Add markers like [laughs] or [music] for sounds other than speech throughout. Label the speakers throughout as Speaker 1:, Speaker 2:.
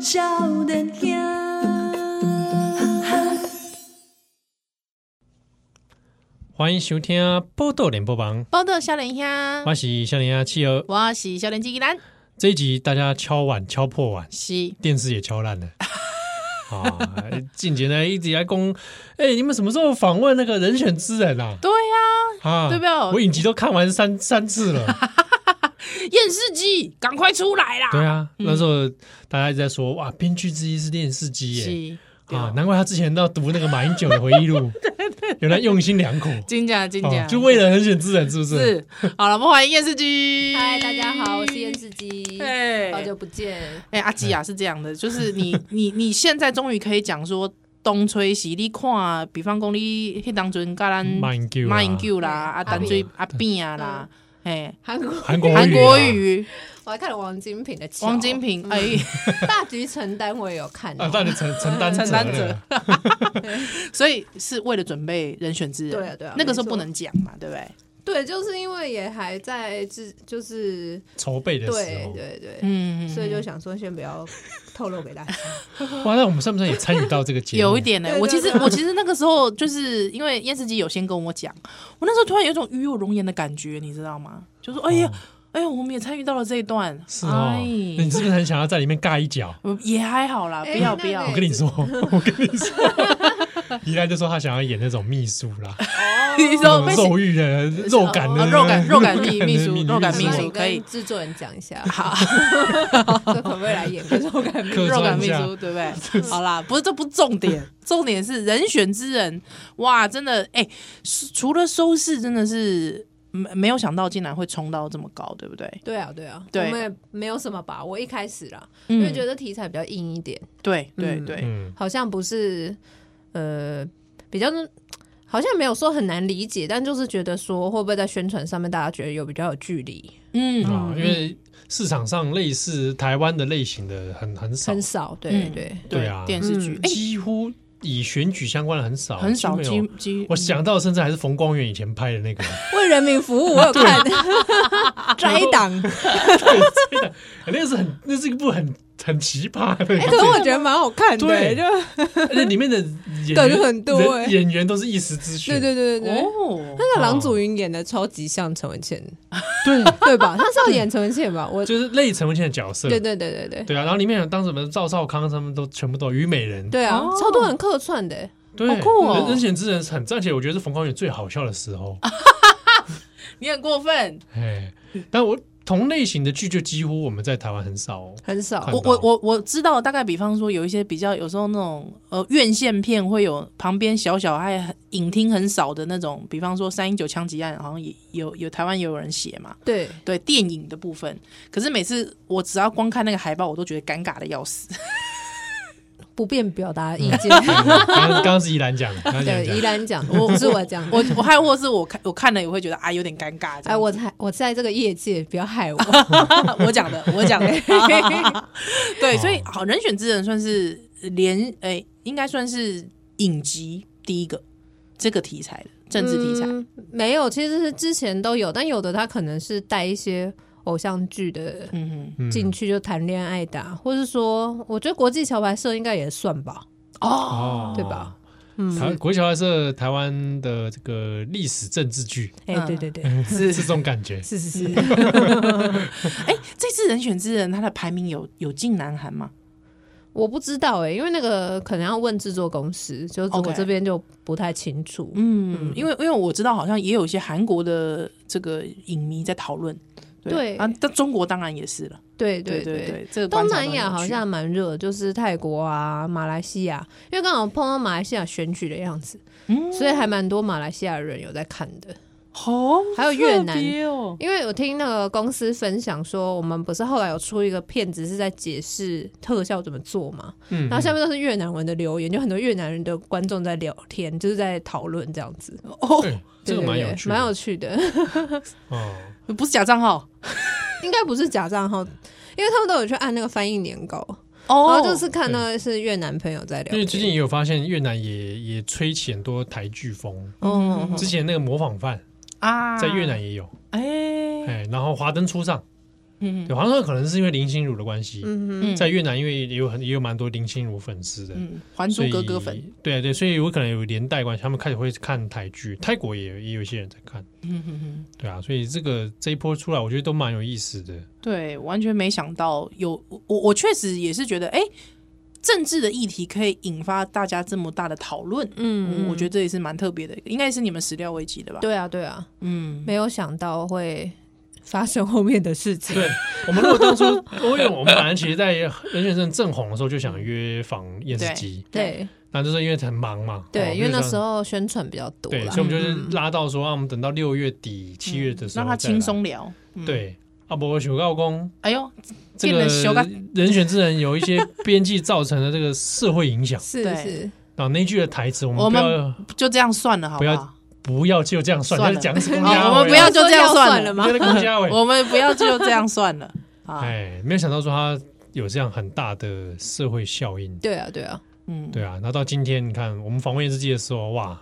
Speaker 1: 少年兄。
Speaker 2: 欢迎收听《波豆联播榜》，
Speaker 3: 报道少年兄，
Speaker 2: 我是笑脸鸭企鹅。
Speaker 3: 我是少年机器人，
Speaker 2: 这一集大家敲碗敲破碗，
Speaker 3: 是
Speaker 2: 电视也敲烂
Speaker 3: [laughs]
Speaker 2: 了。啊，近几年一直在攻，哎、你们什么时候访问那个人选之人啊？
Speaker 3: 对呀、
Speaker 2: 啊，
Speaker 3: 对不对
Speaker 2: 我影集都看完三三次了。
Speaker 3: [laughs] 验视机，赶快出来啦！
Speaker 2: 对啊，那时候大家一直在说，哇，编剧之一是电视机耶，
Speaker 3: 是
Speaker 2: 啊，难怪他之前要读那个马英九的回
Speaker 3: [laughs]
Speaker 2: 忆录，原来用心良苦，
Speaker 3: 真假真
Speaker 2: 啊
Speaker 3: 假，
Speaker 2: 就为了人选之人，是不是？
Speaker 3: 是好了，我们欢迎验视机。
Speaker 1: 嗨，大家好，我是燕世基，
Speaker 3: 哎
Speaker 1: 好久不见。
Speaker 3: 哎，阿基啊，是这样的，就是你 [laughs] 你你现在终于可以讲说东吹西，你看，比方讲你迄当阵甲咱
Speaker 2: 马英九啊
Speaker 3: 马英九啦，啊，
Speaker 1: 阿
Speaker 3: 单追阿扁啊啦，哎，
Speaker 1: 韩国，
Speaker 2: 韩国
Speaker 3: 韩国
Speaker 2: 语啊
Speaker 3: 语、啊
Speaker 1: 我还看了王金平的《
Speaker 3: 王金平，哎。
Speaker 1: 大局承担》，我也有看
Speaker 2: 啊，
Speaker 1: 哦。
Speaker 2: 啊让你承承担
Speaker 3: 承担
Speaker 2: 任啊
Speaker 3: 者，所以是为了准备人选之人，
Speaker 1: 对啊对啊
Speaker 3: 那个时候
Speaker 1: 没
Speaker 3: 不
Speaker 1: 错
Speaker 3: 能讲嘛，对不对？
Speaker 1: 对，就是因为也还在制，就是
Speaker 2: 筹备的时
Speaker 1: 对
Speaker 2: 候，
Speaker 1: 对对，
Speaker 3: 嗯，
Speaker 1: 所以就想说先不要透露给大家。
Speaker 2: 哇，那我们算不算也参与到这个节目？
Speaker 3: 有一点呢、
Speaker 1: 对对
Speaker 3: 我其实
Speaker 1: 对
Speaker 3: 我其实那个时候就是因为燕世基有先跟我讲，我那时候突然有一种与有容颜的感觉，你知道吗？就说哎呀，哎呀，我们也参与到了这一段，
Speaker 2: 哦是哦，
Speaker 3: 哎
Speaker 2: 那你是不是很想要在里面尬一脚？
Speaker 3: 呃也还好啦，不
Speaker 1: 哎
Speaker 3: 要
Speaker 1: 那
Speaker 3: 不要
Speaker 2: 我，跟你说，我跟你说，宜兰就说他想要演那种秘书
Speaker 3: [laughs]
Speaker 2: 啦，
Speaker 3: [laughs] 你
Speaker 2: 那
Speaker 3: 说
Speaker 2: 种
Speaker 3: 被
Speaker 2: 嗯肉欲的、肉感的、
Speaker 3: 哦肉感肉感
Speaker 2: [laughs]
Speaker 3: 秘秘书
Speaker 2: 秘
Speaker 3: 肉感
Speaker 1: 那
Speaker 3: 秘
Speaker 1: 你
Speaker 3: 书
Speaker 1: 跟
Speaker 3: 可以
Speaker 1: 制作人讲一下， [laughs] 好，可不可以来演个这种感觉？
Speaker 2: 客
Speaker 3: 肉
Speaker 2: 串
Speaker 3: 感
Speaker 2: 一
Speaker 3: 秘
Speaker 2: 下
Speaker 3: 书，对不对？
Speaker 2: [laughs]
Speaker 3: 好啦，不是这不重点，重点是人选之人，哇，真的哎、是除了收视，真的是没没有想到竟然会冲到这么高，对不对？
Speaker 1: 对啊，对啊，
Speaker 3: 对
Speaker 1: 我们也没有什么把握。一开始啦，
Speaker 3: 嗯
Speaker 1: 因为觉得题材比较硬一点，
Speaker 3: 对对
Speaker 1: 嗯
Speaker 3: 对，
Speaker 2: 嗯，
Speaker 1: 好像不是呃比较，好像没有说很难理解，但就是觉得说会不会在宣传上面大家觉得有比较有距离，
Speaker 3: 嗯，
Speaker 2: 啊，因为市场上类似台湾的类型的很很少
Speaker 1: 很，少，对、
Speaker 3: 嗯
Speaker 1: 对。
Speaker 2: 对啊
Speaker 3: 电视剧
Speaker 1: 嗯
Speaker 3: 哎、
Speaker 2: 几乎以选举相关的很少，
Speaker 3: 很少
Speaker 2: 几乎没
Speaker 3: 几
Speaker 2: 有。
Speaker 3: 几，
Speaker 2: 我想到甚至还是冯光远以前拍的那个，
Speaker 1: 为人民服务，我有看摘档，
Speaker 2: 对，真的，那是很，那是一部很很奇葩的。
Speaker 1: 哎可是我觉得蛮好看的、哎
Speaker 2: 对
Speaker 1: 就
Speaker 2: 而且里面的演员
Speaker 1: 梗很多
Speaker 2: 人
Speaker 1: 欸
Speaker 2: 演员都是一时之选。
Speaker 1: 对对对对对。
Speaker 3: 哦，
Speaker 1: [laughs] 那个郎祖筠演的超级像陈文茜，
Speaker 2: 对，
Speaker 1: 对吧？他是要演陈文茜吧？我，对
Speaker 2: 就是类陈文茜的角色。
Speaker 1: 对对对对
Speaker 2: 对啊，然后里面有当什么赵少康他们都全部都有虞美人，
Speaker 1: 对啊
Speaker 3: 哦，
Speaker 1: 超多人客串的，
Speaker 2: 对，
Speaker 3: 好酷哦
Speaker 2: 人人选之人是很赞，而且我觉得是冯光远最好笑的时候。
Speaker 1: 啊
Speaker 3: 你很过分，
Speaker 2: 哎，但我同类型的剧就几乎我们在台湾很少
Speaker 1: [laughs]
Speaker 2: 哦。
Speaker 1: 很少
Speaker 2: 看。
Speaker 3: 我我我我知道，大概比方说有一些比较有时候那种呃院线片会有旁边小小还影厅很少的那种，比方说三一九枪击案，好像也有有台湾也有人写嘛，
Speaker 1: 对，
Speaker 3: 对电影的部分。可是每次我只要光看那个海报，我都觉得尴尬的要死。 [laughs]
Speaker 1: 不便表达意见。 [laughs]
Speaker 2: 刚刚刚刚是依兰讲的，刚刚
Speaker 1: 对，
Speaker 2: 讲
Speaker 1: 依
Speaker 2: 讲，
Speaker 1: 然讲，我不是我讲的。
Speaker 3: 我我还有或是我看我看了也会觉得啊有点尴尬这样子。
Speaker 1: 哎，我才我在这个业界，不要害我。
Speaker 3: [laughs]
Speaker 1: [laughs]
Speaker 3: 我讲的，我讲的， [laughs] 对，
Speaker 2: 哦
Speaker 3: 所以好人选之人算是连诶、应该算是影集第一个这个题材的政治题材，
Speaker 1: 嗯没有，其实是之前都有，但有的他可能是带一些偶像剧的
Speaker 3: 嗯哼，
Speaker 2: 嗯
Speaker 1: 进去就谈恋爱的啊、或是说，我觉得国际桥牌社应该也算吧。
Speaker 3: 哦，
Speaker 2: 哦
Speaker 1: 对吧？嗯
Speaker 2: 台国桥还是台湾的这个历史政治剧，
Speaker 1: 哎、
Speaker 3: 嗯
Speaker 1: 对对对，
Speaker 2: 是这种感
Speaker 1: [laughs]
Speaker 2: 觉。
Speaker 1: 是是是，
Speaker 3: 哎、这次人选之人他的排名有有进南韩吗？
Speaker 1: 我不知道哎、因为那个可能要问制作公司，就是我
Speaker 3: OK
Speaker 1: 这边就不太清楚。
Speaker 3: 嗯，因为因为我知道好像也有一些韩国的这个影迷在讨论，
Speaker 1: 对
Speaker 3: 啊，但中国当然也是了，
Speaker 1: 对
Speaker 3: 对
Speaker 1: 对
Speaker 3: 对对，这个观
Speaker 1: 东
Speaker 3: 察都
Speaker 1: 南
Speaker 3: 很
Speaker 1: 亚
Speaker 3: 有
Speaker 1: 好
Speaker 3: 趣
Speaker 1: 像蛮热，就是泰国啊、马来西亚，因为刚好碰到马来西亚选举的样子，
Speaker 3: 嗯
Speaker 1: 所以还蛮多马来西亚人有在看的。
Speaker 3: 好，
Speaker 1: 还有越南
Speaker 3: 特别哦，
Speaker 1: 因为我听那个公司分享说，我们不是后来有出一个片子是在解释特效怎么做嘛，
Speaker 2: 嗯，
Speaker 1: 然后下面都是越南文的留言，就很多越南人的观众在聊天，就是在讨论这样子，
Speaker 3: 哦，
Speaker 2: 对这个
Speaker 1: 对对
Speaker 2: 蛮
Speaker 1: 对
Speaker 2: 有趣的，
Speaker 1: 蛮有趣的， [laughs]
Speaker 2: 哦，
Speaker 3: 不是假账号
Speaker 1: 应该不是假账号，因为他们都有去按那个翻译年糕，然
Speaker 3: 哦
Speaker 1: 后就是看到是越南朋友在聊
Speaker 2: 因
Speaker 1: 天，
Speaker 2: 为最近也有发现越南也也吹起很多台剧风，
Speaker 1: 哦
Speaker 2: 之前那个模仿犯
Speaker 3: 啊
Speaker 2: 在越南也有，嗯
Speaker 3: 哎、
Speaker 2: 哎，然后华灯初上，
Speaker 3: 嗯
Speaker 2: 对，好像可能是因为林心如的关系，
Speaker 1: 嗯
Speaker 3: 嗯
Speaker 2: 在越南因为也有很也有蛮多林心如粉丝的，
Speaker 3: 嗯，还
Speaker 2: 所
Speaker 3: 珠
Speaker 2: 以
Speaker 3: 格格粉，
Speaker 2: 对对，所以我可能有连带关系，他们开始会看台剧，泰国也有也有一些人在看，
Speaker 3: 嗯嗯嗯，
Speaker 2: 对啊，所以这个这一波出来，我觉得都蛮有意思的，
Speaker 3: 对，完全没想到有我，我确实也是觉得，哎、政治的议题可以引发大家这么大的讨论，
Speaker 1: 嗯，
Speaker 3: 嗯，我觉得
Speaker 1: 得
Speaker 3: 这也是蛮特别的，应该是你们始料未及的吧？，
Speaker 1: 对啊，对啊，
Speaker 3: 嗯，
Speaker 1: 没有想到会发生后面的事 [laughs] 情。
Speaker 2: 对我们如果当初，因为我们本来其实在任选证正红的时候就想约访验视机，
Speaker 1: 对
Speaker 2: 那就是因为很忙嘛，哦
Speaker 1: 对，因为那
Speaker 2: 就想
Speaker 1: 时候宣传比较多
Speaker 2: 对，
Speaker 1: 啦
Speaker 2: 所以我们
Speaker 3: 嗯
Speaker 2: 就是拉到说啊，我们等到六月底七月的时候再
Speaker 3: 让
Speaker 2: 来，
Speaker 3: 他轻松聊，嗯，
Speaker 2: 对。啊，不，小告公，
Speaker 3: 哎呦，
Speaker 2: 这个
Speaker 3: 变得小告
Speaker 2: 人选之人有一些编辑造成的这个社会影响
Speaker 1: 是
Speaker 3: 对
Speaker 1: 是，
Speaker 2: 啊，那句的台词我
Speaker 3: 我
Speaker 2: 们不
Speaker 3: 们
Speaker 2: 要
Speaker 3: 就这样算了，好
Speaker 2: 不要
Speaker 3: 好？
Speaker 2: 不要就这样算，
Speaker 3: 算
Speaker 2: 就
Speaker 3: 了
Speaker 2: 是讲什
Speaker 3: [laughs]
Speaker 2: 么啊
Speaker 3: 好我们不要就这样
Speaker 1: 说要
Speaker 3: 算
Speaker 1: 了
Speaker 3: 了
Speaker 1: 吗？
Speaker 2: 对龚家伟，
Speaker 3: [laughs] 我们不要就这样算
Speaker 2: [laughs]
Speaker 3: 了啊，
Speaker 2: 啊哎，没有想到说他有这样很大的社会效应，
Speaker 1: 对啊，对啊，
Speaker 3: 嗯，
Speaker 2: 对啊。然后到今天，你看我们访问之际的时候，哇，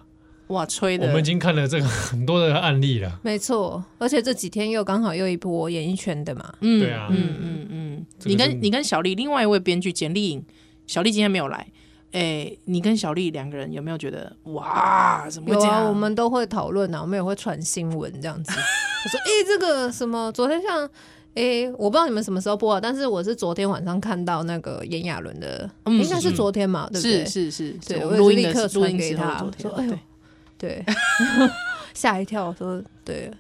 Speaker 3: 哇，吹
Speaker 2: 我
Speaker 3: 的，
Speaker 2: 们已经看了这个很多的案例了，
Speaker 1: 没错。而且这几天又刚好又一波演艺圈的嘛，
Speaker 3: 嗯，
Speaker 2: 对啊
Speaker 3: 嗯嗯嗯，
Speaker 2: 这个
Speaker 3: 你
Speaker 2: 是
Speaker 3: 跟你跟小丽另外一位编剧简丽颖，小丽今天没有来，哎，你跟小丽两个人有没有觉得哇，怎么会
Speaker 1: 有
Speaker 3: 这
Speaker 1: 啊，
Speaker 3: 样？
Speaker 1: 我们都会讨论啊，我们也会传新闻这 [laughs] 样子。我说，诶，这个什么，昨天像，诶，我不知道你们什么时候播啊，但是我是昨天晚上看到那个炎亚纶的，
Speaker 3: 嗯
Speaker 1: 应该是昨天嘛，对不
Speaker 3: 是
Speaker 1: 对？
Speaker 3: 是是，
Speaker 1: 对
Speaker 3: 是
Speaker 1: 我
Speaker 3: 们
Speaker 1: 也是
Speaker 3: 录音
Speaker 1: 立
Speaker 3: 的
Speaker 1: 刻
Speaker 3: 时录
Speaker 1: 传
Speaker 3: 音
Speaker 1: 给
Speaker 3: 之后
Speaker 1: 他
Speaker 3: 昨天
Speaker 1: 说哎呦
Speaker 3: 对
Speaker 1: 对， [laughs] 吓一跳，我说对，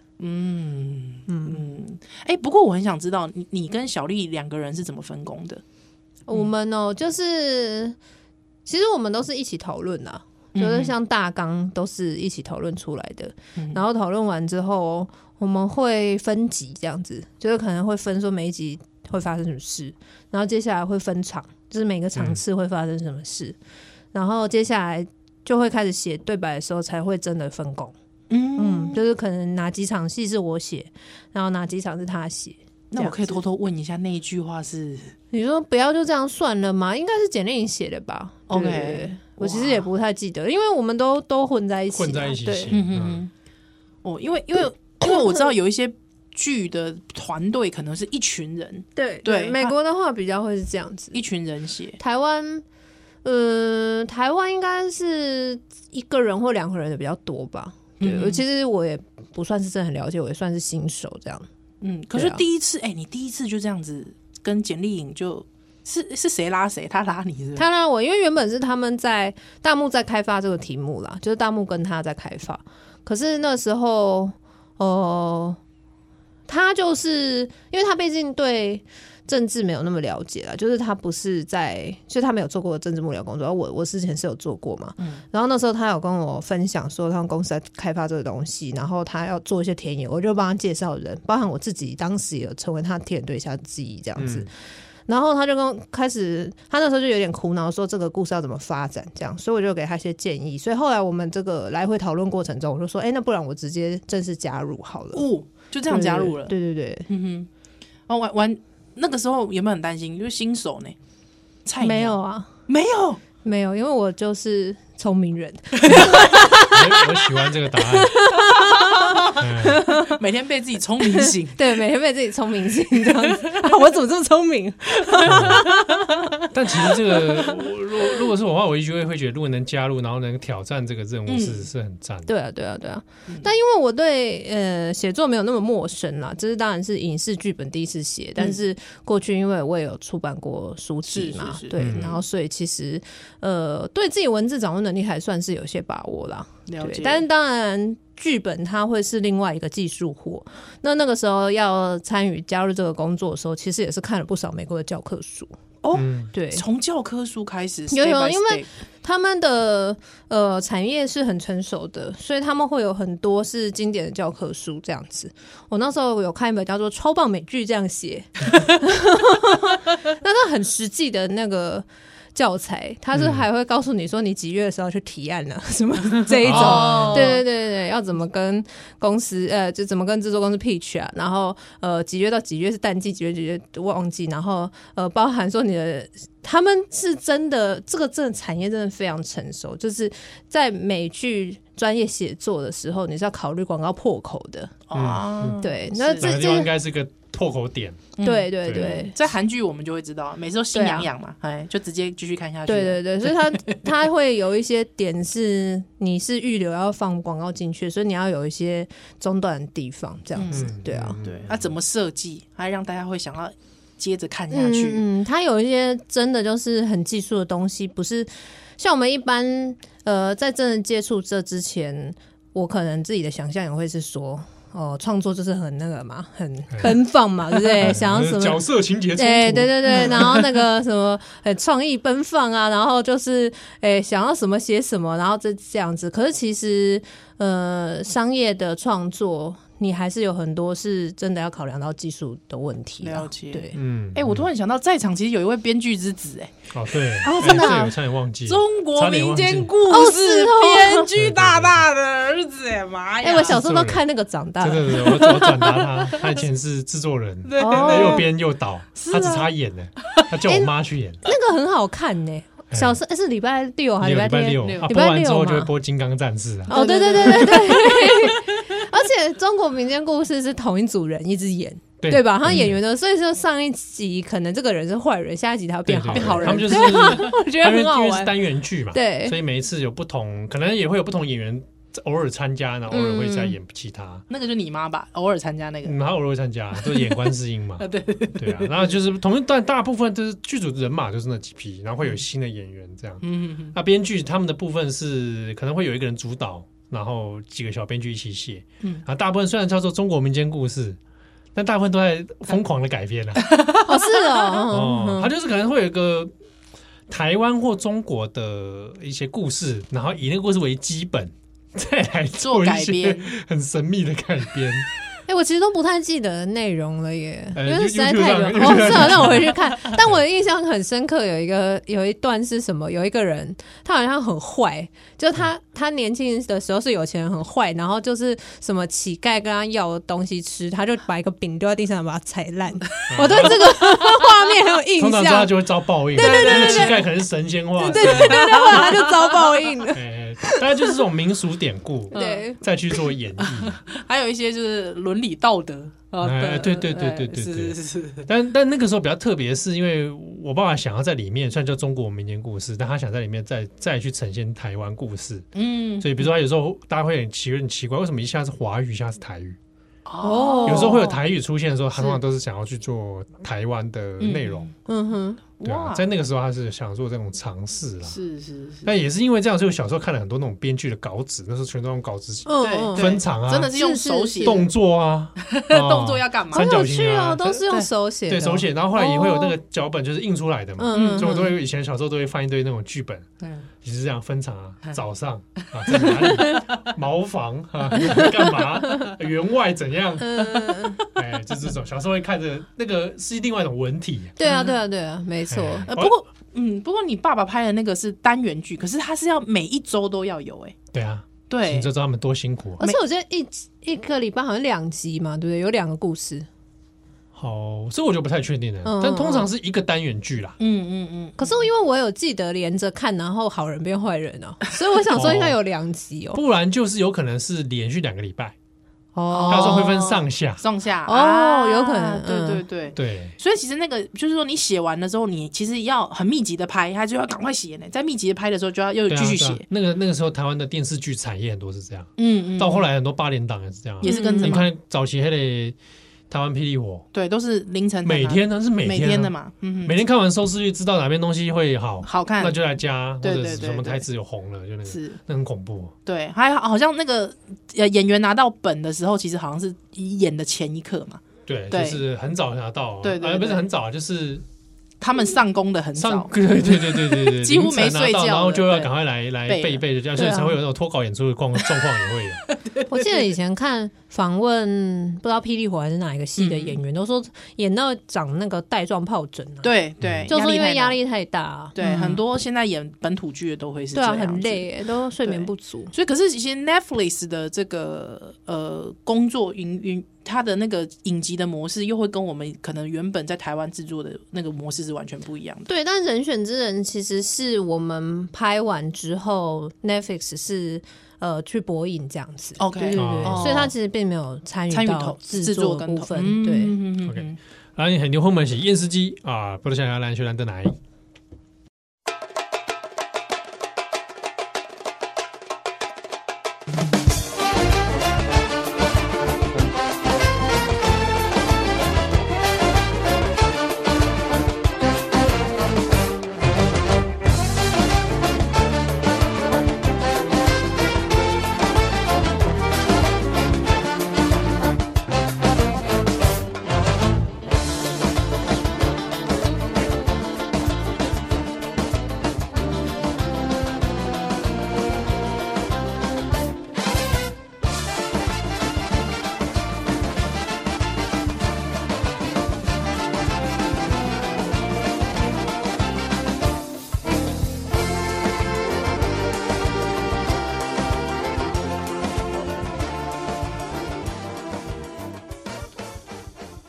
Speaker 3: 嗯嗯，哎，不过我很想知道你你跟小丽两个人是怎么分工的？嗯
Speaker 1: 我们哦，就是其实我们都是一起讨论啊，
Speaker 3: 嗯
Speaker 1: 就是像大纲都是一起讨论出来的，
Speaker 3: 嗯
Speaker 1: 然后讨论完之后，我们会分级这样子，就是可能会分说每一集会发生什么事，然后接下来会分场，就是每个
Speaker 3: 嗯
Speaker 1: 场次会发生什么事，然后接下来就会开始写对白的时候才会真的分工，嗯，
Speaker 3: 嗯，
Speaker 1: 就是可能哪几场戏是我写，然后哪几场是他写。
Speaker 3: 那我可以
Speaker 1: 这
Speaker 3: 偷
Speaker 1: 样子
Speaker 3: 偷问一下，那一句话是
Speaker 1: 你说不要就这样算了嘛？应该是简历写的吧
Speaker 3: OK
Speaker 1: 对对对我其实
Speaker 3: 哇
Speaker 1: 也不太记得，因为我们都都混在一起嘛，
Speaker 2: 混在一起
Speaker 1: 对
Speaker 2: 写，
Speaker 3: 嗯嗯嗯，哦，因为因为因为我知道有一些剧的团队可能是一群人
Speaker 1: 对
Speaker 3: 对
Speaker 1: 美
Speaker 3: 他
Speaker 1: 国的话比较会是这样子，
Speaker 3: 一群人写，
Speaker 1: 台湾，呃，台湾应该是一个人或两个人的比较多吧。对，
Speaker 3: 嗯
Speaker 1: 我其实我也不算是真的很了解，我也算是新手这样。
Speaker 3: 嗯，可是
Speaker 1: 对啊
Speaker 3: 第一次，哎、你第一次就这样子跟简丽颖就是是谁拉谁，他拉你是不是？
Speaker 1: 他让我，因为原本是他们在大幕在开发这个题目啦，就是大幕跟他在开发，可是那时候，哦、他就是因为他毕竟对政治没有那么了解啦，就是他不是在，就他没有做过政治幕僚工作，而我我之前是有做过嘛，然后那时候他有跟我分享说他们公司在开发这个东西，然后他要做一些田野，我就帮他介绍人，包含我自己当时也有成为他田野对象之一这样子。
Speaker 2: 嗯
Speaker 1: 然后他就跟我开始，他那时候就有点苦恼，说这个故事要怎么发展这样，所以我就给他一些建议。所以后来我们这个来回讨论过程中，我就说，哎，那不然我直接正式加入
Speaker 3: [laughs]
Speaker 1: 好了，
Speaker 3: 哦，就这样加入了，
Speaker 1: 对对对，
Speaker 3: 嗯哼，哦，玩玩那个时候有没有很担心？就是新手呢，菜鸟
Speaker 1: 没有啊，
Speaker 3: 没有，
Speaker 1: 没有，因为我就是聪明人，，
Speaker 2: 我我喜欢这个答案。嗯
Speaker 3: 每天被自己聪明醒
Speaker 1: 对，每天被自己聪明醒这样子、 [laughs] 啊，我怎么这么聪明？
Speaker 2: 嗯但其实这个，我如果如果是我的话，我一定会会觉得，如果能加入，然后能挑战这个任务，
Speaker 3: 嗯
Speaker 2: 是是很赞的。
Speaker 1: 对啊，对啊，对啊。但因为我对呃写作没有那么陌生啦，这是当然是影视剧本第一次写，但是过去因为我也有出版过书籍嘛，
Speaker 3: 嗯是是是
Speaker 1: 对，
Speaker 2: 嗯
Speaker 1: 然后所以其实呃对自己文字掌握能力还算是有些把握啦。
Speaker 3: 了
Speaker 1: 对
Speaker 3: 解，，
Speaker 1: 但是当然，剧本它会是另外一个技术活。那那个时候要参与加入这个工作的时候，其实也是看了不少美国的教科书。
Speaker 3: 哦
Speaker 2: 嗯，
Speaker 1: 对
Speaker 3: 从教科书开始，
Speaker 1: 有有
Speaker 3: step by
Speaker 1: 因为
Speaker 3: step
Speaker 1: 他们的呃产业是很成熟的，所以他们会有很多是经典的教科书这样子。我那时候有看一本叫做《超棒美剧》这样写， [laughs] 那是很实际的那个。教材，它是还会告诉你说你几月的时候去提案呢、什么这一种，
Speaker 2: 哦
Speaker 1: 对对对对对，要怎么跟公司呃，就怎么跟制作公司 pitch 啊，然后呃几月到几月是淡季，几月几月旺季，然后呃包含说你的他们是真的这个这个产业真的非常成熟，就是在美剧专业写作的时候，你是要考虑广告破口的，
Speaker 3: 啊，
Speaker 1: 对
Speaker 3: 是
Speaker 1: 那
Speaker 2: 哪
Speaker 1: 这
Speaker 2: 个地方应该是个破口点，
Speaker 3: 嗯
Speaker 1: 对对
Speaker 2: 对
Speaker 1: 对。
Speaker 3: 在韩剧我们就会知道，每次都心
Speaker 1: 对啊
Speaker 3: 痒痒嘛，哎，就直接继续看下去。
Speaker 1: 对对对，所以它它会有一些点是你是预留要放广告进去，所以你要有一些中断的地方这样子，
Speaker 2: 嗯
Speaker 1: 对啊，
Speaker 2: 嗯
Speaker 3: 对，啊，怎么设计，还让大家会想要接着看下
Speaker 1: 嗯
Speaker 3: 去？
Speaker 1: 嗯，它有一些真的就是很技术的东西，不是像我们一般呃，在真的接触这之前，我可能自己的想象也会是说，哦、创作就是很那个嘛，很
Speaker 3: 哎
Speaker 1: 奔放嘛，对不
Speaker 3: [laughs]
Speaker 1: 对？哎想要什
Speaker 2: 哎
Speaker 1: 么
Speaker 2: 呃角色情节冲突，
Speaker 1: 哎，对对对，然后那个什么，呃，创意奔放啊，然后就是，哎，想要什么写什么，然后这这样子。可是其实，呃，商业的创作，你还是有很多是真的要考量到技术的问题啊。
Speaker 3: 了解
Speaker 1: 对，
Speaker 2: 嗯，
Speaker 3: 哎、我突然想到，在场其实有一位编剧之子、哎，
Speaker 2: 哦对，
Speaker 1: 哦真的啊
Speaker 2: 哎这个差点忘记，
Speaker 3: 中国民间故
Speaker 1: 哦
Speaker 3: 事
Speaker 1: 差点
Speaker 3: 编剧大大的儿子、
Speaker 1: [laughs]
Speaker 3: 哎妈呀！
Speaker 1: 哎，我小时候都看那个长大
Speaker 2: 对
Speaker 1: 的，
Speaker 2: 对对，我我转达他，他以前是制作人，
Speaker 3: 对
Speaker 1: 哦哎
Speaker 2: 他又编又导，
Speaker 3: 是
Speaker 2: 他只
Speaker 3: 啊
Speaker 2: 差演了，他叫我妈去演，
Speaker 1: 那个很好看呢。
Speaker 2: 哎
Speaker 1: 小时候是礼拜六还
Speaker 2: 也有
Speaker 1: 是哦礼拜
Speaker 2: 礼拜
Speaker 1: 天？
Speaker 2: 六
Speaker 3: 六
Speaker 2: 啊，
Speaker 1: 礼
Speaker 2: 播
Speaker 1: 拜
Speaker 2: 完之
Speaker 1: 六
Speaker 2: 后就会
Speaker 1: 嘛
Speaker 2: 播《金刚战士》啊，
Speaker 1: 哦，对对对对对。 [laughs] 而且中国民间故事是同一组人一直演，
Speaker 2: 对
Speaker 1: 对吧？他演员的，所以说上一集可能这个人是坏人，下一集他
Speaker 2: 对
Speaker 1: 变
Speaker 2: 对
Speaker 1: 好变
Speaker 2: 对
Speaker 1: 好人， [laughs]
Speaker 2: 他们就是
Speaker 1: 我觉得
Speaker 2: 他们
Speaker 1: 很好
Speaker 2: 因为是
Speaker 1: 玩。
Speaker 2: 单元剧嘛，
Speaker 1: 对
Speaker 2: 所以每一次有不同，可能也会有不同演员偶尔参加，然后偶尔会
Speaker 1: 嗯
Speaker 2: 再演其他，
Speaker 3: 那个就你妈吧，偶尔参加那个。
Speaker 2: 嗯，他偶尔会参加，就是演观世音嘛
Speaker 1: [laughs]
Speaker 3: 啊，，对，对对
Speaker 2: 对啊，然后就是同但大部分就是剧组人马就是那几批，然后会有新的演员这样。
Speaker 3: 嗯，嗯
Speaker 2: 那编剧他们的部分是可能会有一个人主导，然后几个小编剧一起写，
Speaker 3: 嗯
Speaker 2: 啊，大部分虽然叫做中国民间故事。但大部分都在疯狂的改编啊，
Speaker 1: 哦，是哦，
Speaker 2: 哦，它就是可能会有一个台湾或中国的一些故事，然后以那个故事为基本，再来
Speaker 3: 做
Speaker 2: 一
Speaker 3: 改
Speaker 2: 些
Speaker 3: 编，
Speaker 2: 很神秘的改编。
Speaker 1: 哎、我其实都不太记得内容了耶，
Speaker 2: 呃
Speaker 1: 因为
Speaker 2: You-
Speaker 1: 实在太久。
Speaker 2: YouTube 上，
Speaker 1: 哦是啊，让我回去看。 [laughs] 但我的印象很深刻，有一个有一段是什么？有一个人，他好像很坏，就他
Speaker 2: 嗯
Speaker 1: 他年轻的时候是有钱人，很坏，然后就是什么乞丐跟他要东西吃，他就把一个饼丢在地上，把它踩烂。 [laughs] 我对这个画面很有印
Speaker 2: 嗯通常知道
Speaker 1: 象，
Speaker 2: 就会遭报应，对对对，乞丐可能是神仙化，对 [laughs]
Speaker 1: 对对对，后来他就遭报应了。
Speaker 2: 对，大概就是这种民俗典故。
Speaker 1: [laughs] 对，
Speaker 2: 再去做演绎，
Speaker 3: 还有一些就是伦理道德啊，
Speaker 2: 哎对对对
Speaker 3: 哎
Speaker 2: 对对对
Speaker 3: 是是是，
Speaker 2: 但但那个时候比较特别，是因为我爸爸想要在里面，虽然叫中国民间故事，但他想在里面再再去呈现台湾故事，
Speaker 3: 嗯，
Speaker 2: 所以比如说他有时候大家会很奇很奇怪，为什么一下是华语，一下是台语？
Speaker 1: 哦
Speaker 2: 有时候会有台语出现的时候，
Speaker 3: 是
Speaker 2: 他通常都是想要去做台湾的内容，
Speaker 1: 嗯哼，
Speaker 2: 对啊，
Speaker 3: 哇
Speaker 2: 在那个时候他是想做这种尝试啦。
Speaker 3: 是是是，
Speaker 2: 但也是因为这样，所以我小时候看了很多那种编剧的稿纸，那时候全都用稿纸写
Speaker 1: 嗯
Speaker 3: 对
Speaker 1: 嗯，
Speaker 3: 对
Speaker 2: 分场啊，
Speaker 3: 哦真的是用
Speaker 1: 是是
Speaker 3: 手写
Speaker 2: 动作
Speaker 3: [laughs]
Speaker 2: 啊，啊
Speaker 3: 动作要干嘛
Speaker 1: 好？有
Speaker 2: 三角形
Speaker 1: 趣
Speaker 2: 啊
Speaker 1: 哦，都是用手写的，
Speaker 2: 对手写，然后后来也会有那个
Speaker 3: 哦
Speaker 2: 脚本，就是印出来的嘛。
Speaker 1: 嗯，嗯，
Speaker 2: 所以我都会以前小时候都会翻一堆那种剧本，
Speaker 3: 嗯
Speaker 2: 也是这样分场啊，早上啊在哪里， [laughs] 茅房啊干嘛，员外怎样，
Speaker 1: 嗯，
Speaker 2: 哎，就这种小时候会看着那个是另外一种文体，
Speaker 1: 对啊，对啊，对啊，没错。
Speaker 2: 哎
Speaker 3: 呃，不过，嗯，不过你爸爸拍的那个是单元剧，可是他是要每一周都要有、哎，
Speaker 2: 对啊，
Speaker 3: 对
Speaker 2: 你，就知道他们多辛苦啊，
Speaker 1: 而且我觉得一一个礼拜好像两集嘛，对不对？有两个故事，
Speaker 2: 好，这我就不太确定了。
Speaker 1: 嗯
Speaker 2: 但通常是一个单元剧啦，
Speaker 3: 嗯嗯嗯，
Speaker 1: 可是因为我有记得连着看，然后好人变坏人哦、所以我想说应该有两集哦、
Speaker 2: 不然就是有可能是连续两个礼拜，
Speaker 1: 哦
Speaker 2: 他有时候会分上下。
Speaker 3: 上下
Speaker 1: 哦
Speaker 3: 啊
Speaker 1: 有可能嗯
Speaker 3: 对对对。
Speaker 2: 对，
Speaker 3: 所以其实那个就是说，你写完了之后，你其实要很密集的拍，他就要赶快写呢。在密集的拍的时候，就要又
Speaker 2: 对啊
Speaker 3: 继续
Speaker 2: 对
Speaker 3: 写
Speaker 2: 啊。那个那个时候，台湾的电视剧产业很多是这样，
Speaker 3: 嗯嗯，
Speaker 2: 到后来很多八连档也是这样啊。
Speaker 3: 也是跟着
Speaker 2: 你
Speaker 3: 嘛，
Speaker 2: 看早期还得台湾霹雳火，
Speaker 3: 对，都是凌晨才拿
Speaker 2: 每天呢是每
Speaker 3: 每
Speaker 2: 天啊
Speaker 3: 天的，嘛，嗯，
Speaker 2: 每天看完收视率，知道哪边东西会好，
Speaker 3: 好看
Speaker 2: 那就来加，或
Speaker 3: 对
Speaker 2: 者
Speaker 3: 对
Speaker 2: 是
Speaker 3: 对
Speaker 2: 什么
Speaker 3: 对
Speaker 2: 台词有红了，就那个，
Speaker 3: 是
Speaker 2: 那很恐怖。
Speaker 3: 对，还好好像那个呃演员拿到本的时候，其实好像是演的前一刻嘛，
Speaker 2: 对，就
Speaker 3: 对
Speaker 2: 是很早拿到啊，
Speaker 3: 对对
Speaker 2: 啊不是
Speaker 3: 对
Speaker 2: 很早啊，就是
Speaker 3: 他们上工的很
Speaker 2: 上 [laughs]
Speaker 3: 早，
Speaker 2: 对对对对对对，
Speaker 3: [laughs] 几乎
Speaker 2: 凌晨
Speaker 3: 没睡
Speaker 2: 拿到
Speaker 3: 觉
Speaker 2: 然后
Speaker 3: 了
Speaker 2: 就要
Speaker 3: 对
Speaker 2: 赶快来来
Speaker 3: 背
Speaker 2: 背一
Speaker 3: 了
Speaker 2: 背的，这样所
Speaker 1: 对
Speaker 2: 以
Speaker 1: 啊
Speaker 2: 才会有那种脱稿演出的状状况也
Speaker 3: [laughs]
Speaker 2: 会有。
Speaker 1: 我记得以前看访问，不知道霹雳火还是哪一个戏的演员，都说演到长那个带状疱疹啊，
Speaker 3: 对对，
Speaker 1: 就说因
Speaker 3: 太
Speaker 1: 为
Speaker 3: 大
Speaker 1: 压力太大、
Speaker 2: 嗯
Speaker 1: 啊，
Speaker 3: 对，很多现在演本土剧的都会是
Speaker 1: 对啊，
Speaker 3: 这样
Speaker 1: 很
Speaker 3: 子。
Speaker 1: 累、欸，都睡眠不足。
Speaker 3: 所以，可是其实 Netflix 的这个呃工作云云，它的那个影集的模式又会跟我们可能原本在台湾制作的那个模式是完全不一样的。
Speaker 1: 对，但《人选之人》其实是我们拍完之后，Netflix 是呃去博影这样子。
Speaker 3: OK
Speaker 1: 对对对，
Speaker 2: 哦
Speaker 1: 所以他其实并没有参
Speaker 3: 参
Speaker 1: 与
Speaker 3: 与
Speaker 1: 嗯到
Speaker 3: 投
Speaker 1: 制
Speaker 3: 制
Speaker 1: 作
Speaker 3: 作
Speaker 1: 的
Speaker 3: 跟
Speaker 1: 部
Speaker 3: 投
Speaker 2: 嗯
Speaker 3: 嗯
Speaker 1: 分。对，
Speaker 2: OK 然后啊很牛后门是验尸机啊，不知想要篮球篮的哪一？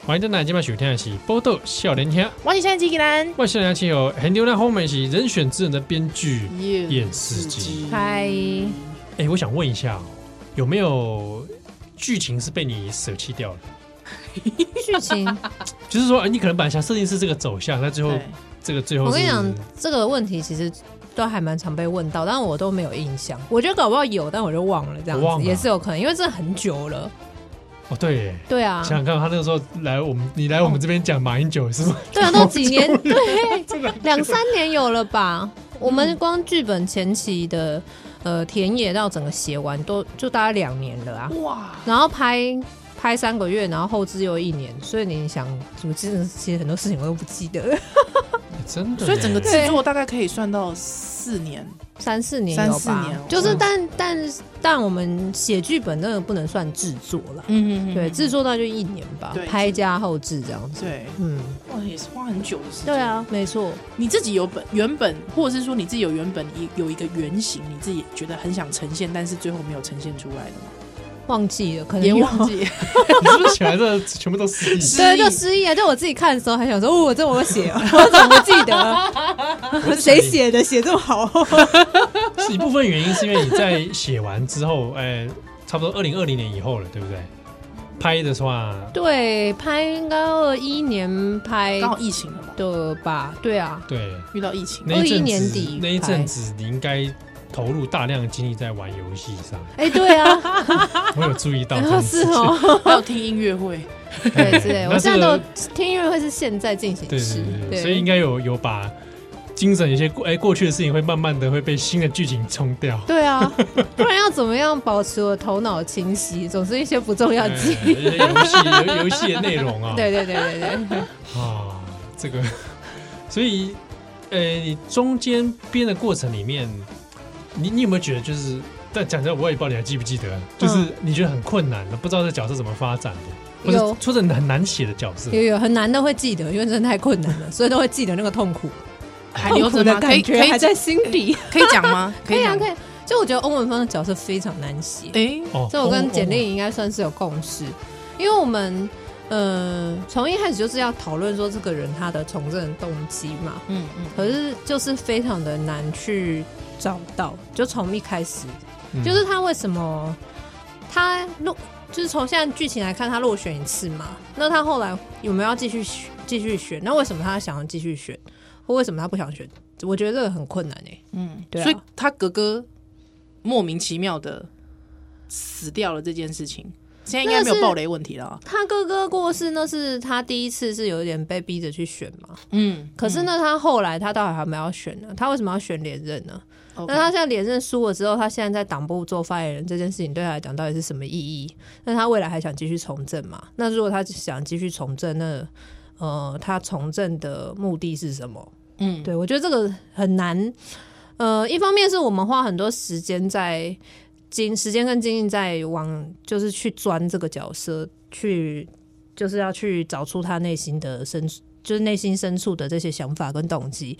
Speaker 2: 欢迎登来今晚收听的是《波豆笑连天》，
Speaker 3: 我是现在几个人？
Speaker 2: 我是梁启友。很牛的后门是人选之人的编剧。验
Speaker 3: 验
Speaker 2: 尸机
Speaker 1: 嗨，
Speaker 2: 哎，我想问一下哦，有没有剧情是被你舍弃掉的？
Speaker 1: 剧情，
Speaker 2: [laughs] 就是说，呃你可能本来想设定是这个走向，但最后
Speaker 3: 对，
Speaker 2: 这个最后
Speaker 1: 我跟你
Speaker 2: 是
Speaker 1: 讲这个问题其实。都还蛮常被问到，但我都没有印象。我觉得搞不好有，但我就忘了这样
Speaker 2: 我忘
Speaker 1: 子，
Speaker 2: 了
Speaker 1: 也是有可能，因为这很久了。
Speaker 2: 哦，对耶，
Speaker 1: 对啊，
Speaker 2: 想想看，他那个时候来我们，你来我们这边讲马英九是吗？[laughs]
Speaker 1: 对啊，都几
Speaker 3: [laughs]
Speaker 1: 年，对，两三年有了吧？
Speaker 3: 嗯
Speaker 1: 我们光剧本前期的呃田野到整个写完都就大概两年了啊，
Speaker 3: 哇，
Speaker 1: 然后拍拍三个月，然后后置又一年，所以你想，我真的其实很多事情我都不记得， [laughs]
Speaker 2: 真的耶，
Speaker 3: 所以整个
Speaker 1: 对
Speaker 3: 制作大概可以算到四年，
Speaker 1: 三四年有
Speaker 3: 三四
Speaker 1: 吧？
Speaker 3: 年哦
Speaker 1: 就是
Speaker 3: 嗯
Speaker 1: 但但但我们写剧本真的不能算制作了，
Speaker 3: 嗯
Speaker 1: 对，制作那就一年吧
Speaker 3: 对，
Speaker 1: 拍加后置这样子，
Speaker 3: 对，
Speaker 1: 嗯，
Speaker 3: 哇，也是花很久的时间。
Speaker 1: 对，啊，没错。
Speaker 3: 你自己有本原本，或者是说你自己有原本一有一个原型，你自己觉得很想呈现，但是最后没有呈现出来的吗？
Speaker 1: 忘记了，可能
Speaker 3: 也
Speaker 1: 嗯有
Speaker 3: 忘记，
Speaker 2: 你是不是起来这全部都失
Speaker 3: [laughs]
Speaker 2: 忆？
Speaker 1: 对，
Speaker 3: 失忆
Speaker 1: 就失忆啊！就我自己看的时候，还想说，哦，这我写哦， [laughs] 我怎么不记
Speaker 2: [laughs]
Speaker 1: 得？谁写的？写这么好？
Speaker 2: 是一部分原因，是因为你在写完之后，哎、差不多二零二零年以后了，对不对？拍的话，
Speaker 1: 对，拍应该二一年拍
Speaker 3: [laughs] 刚好疫情了嘛，
Speaker 1: 的吧？对啊，
Speaker 2: 对，
Speaker 3: 遇到疫情，
Speaker 2: 那一
Speaker 1: 21
Speaker 2: 阵
Speaker 1: 年
Speaker 2: 子
Speaker 1: 底
Speaker 2: 那一
Speaker 1: 拍
Speaker 2: 阵子你应该投入大量的精力在玩游戏
Speaker 1: [laughs]
Speaker 2: 上，
Speaker 1: 哎、
Speaker 2: [laughs]
Speaker 1: 对啊，
Speaker 2: 我有注意到这
Speaker 1: 然后
Speaker 2: 件
Speaker 1: 是
Speaker 2: 事情。 [laughs]
Speaker 1: 哦，
Speaker 3: 还有听音乐
Speaker 1: [laughs]
Speaker 3: 会，
Speaker 1: 对之类的。
Speaker 2: 那
Speaker 1: 我现
Speaker 2: 这
Speaker 1: 在
Speaker 2: 个
Speaker 1: 都听音乐会是现在进行
Speaker 2: 对
Speaker 1: 时
Speaker 2: 对，对对，
Speaker 1: 对，
Speaker 2: 所以应该有有把精神有些过哎、过去的事情会慢慢的会被新的剧情冲掉。
Speaker 1: 对啊，不然要怎么样保持我头脑清晰？总是一些不重要的记忆。
Speaker 2: 哎有些游戏游游戏的内容啊，
Speaker 1: [laughs] 对对对对对，
Speaker 2: [laughs] 啊，这个，所以，呃，你中间编的过程里面，你你有没有觉得就是，但讲真，我也不知道你还记不记得，啊就是你觉得很困难的，不知道这角色怎么发展的，或
Speaker 1: 嗯有
Speaker 2: 者出着很难写的角色，
Speaker 1: 有有很难的会记得，因为真的太困难了，所以都会记得那个痛苦，
Speaker 3: 还留
Speaker 1: 痛苦
Speaker 3: 着
Speaker 1: 的
Speaker 3: 吗？可
Speaker 1: 感
Speaker 3: 以可
Speaker 1: 觉
Speaker 3: 以
Speaker 1: 还在心底。
Speaker 3: 可以讲
Speaker 1: [laughs]
Speaker 3: 吗？
Speaker 1: 可以啊，
Speaker 3: 讲
Speaker 1: 可以。就我觉得欧文峰的角色非常难写，
Speaker 3: 哎，
Speaker 2: 哦
Speaker 1: 这我跟简
Speaker 2: 历
Speaker 1: 历应该算是有共识，因为我们呃从一开始就是要讨论说这个人他的从政的动机嘛，
Speaker 3: 嗯嗯，
Speaker 1: 可是就是非常的难去找到，就从一开始，
Speaker 2: 哦嗯
Speaker 1: 就是他为什么他落，就是从现在剧情来看，他落选一次嘛，那他后来有没有要继续选继续选？那为什么他想要继续选，或为什么他不想选？我觉得这个很困难哎、
Speaker 3: 嗯，
Speaker 1: 对啊
Speaker 3: 所以他哥哥莫名其妙的死掉了这件事情，现在应该没有暴雷问题了啊。
Speaker 1: 他哥哥过世，那是他第一次是有点被逼着去选嘛。
Speaker 3: 嗯，
Speaker 1: 可是呢，他后来他到底还没有选呢？他为什么要选连任呢？
Speaker 3: 嗯，那
Speaker 1: 那他
Speaker 3: 他
Speaker 1: 现在连任输了之后，他现在在党部做发言人这件事情对他来讲到底是什么意义？那他未来还想继续从政嘛？那如果他想继续从政，那呃，他从政的目的是什么？
Speaker 3: 嗯，
Speaker 1: 对我觉得这个很难。呃，一方面是我们花很多时间在精时间跟精力在往，就是去钻这个角色，去就是要去找出他内心的深，就是内心深处的这些想法跟动机。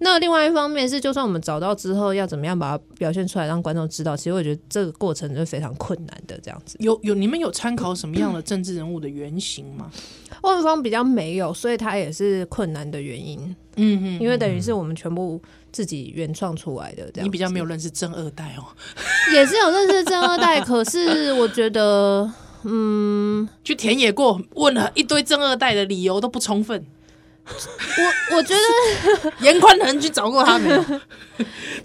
Speaker 1: 那另外一方面是，就算我们找到之后，要怎么样把它表现出来，让观众知道，其实我觉得这个过程是非常困难的。这样子，
Speaker 3: 有有你们有参考什么样的政治人物的原型吗？
Speaker 1: 万方比较没有，所以他也是困难的原因。
Speaker 3: 嗯嗯，
Speaker 1: 因为等于是我们全部自己原创出来的，这样
Speaker 3: 你比较没有
Speaker 1: 子
Speaker 3: 认识正二代哦，
Speaker 1: 也是有认识正二代，可是我觉得，嗯，
Speaker 3: 去田野过，问了一堆正二代的理由都不充分。 [laughs]
Speaker 1: 我我觉得
Speaker 3: 严宽仁去找过他没有？
Speaker 1: [laughs]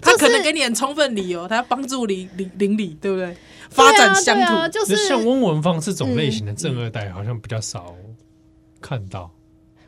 Speaker 3: 他可
Speaker 1: 就是
Speaker 3: 能给你很充分理由，他帮助邻邻邻里，对不对？
Speaker 1: 对
Speaker 3: 发
Speaker 1: 啊
Speaker 3: 展乡
Speaker 1: 对啊、
Speaker 3: 土，
Speaker 1: 就是嗯
Speaker 2: 那像翁文芳这种类型的正二代，好像比较少看到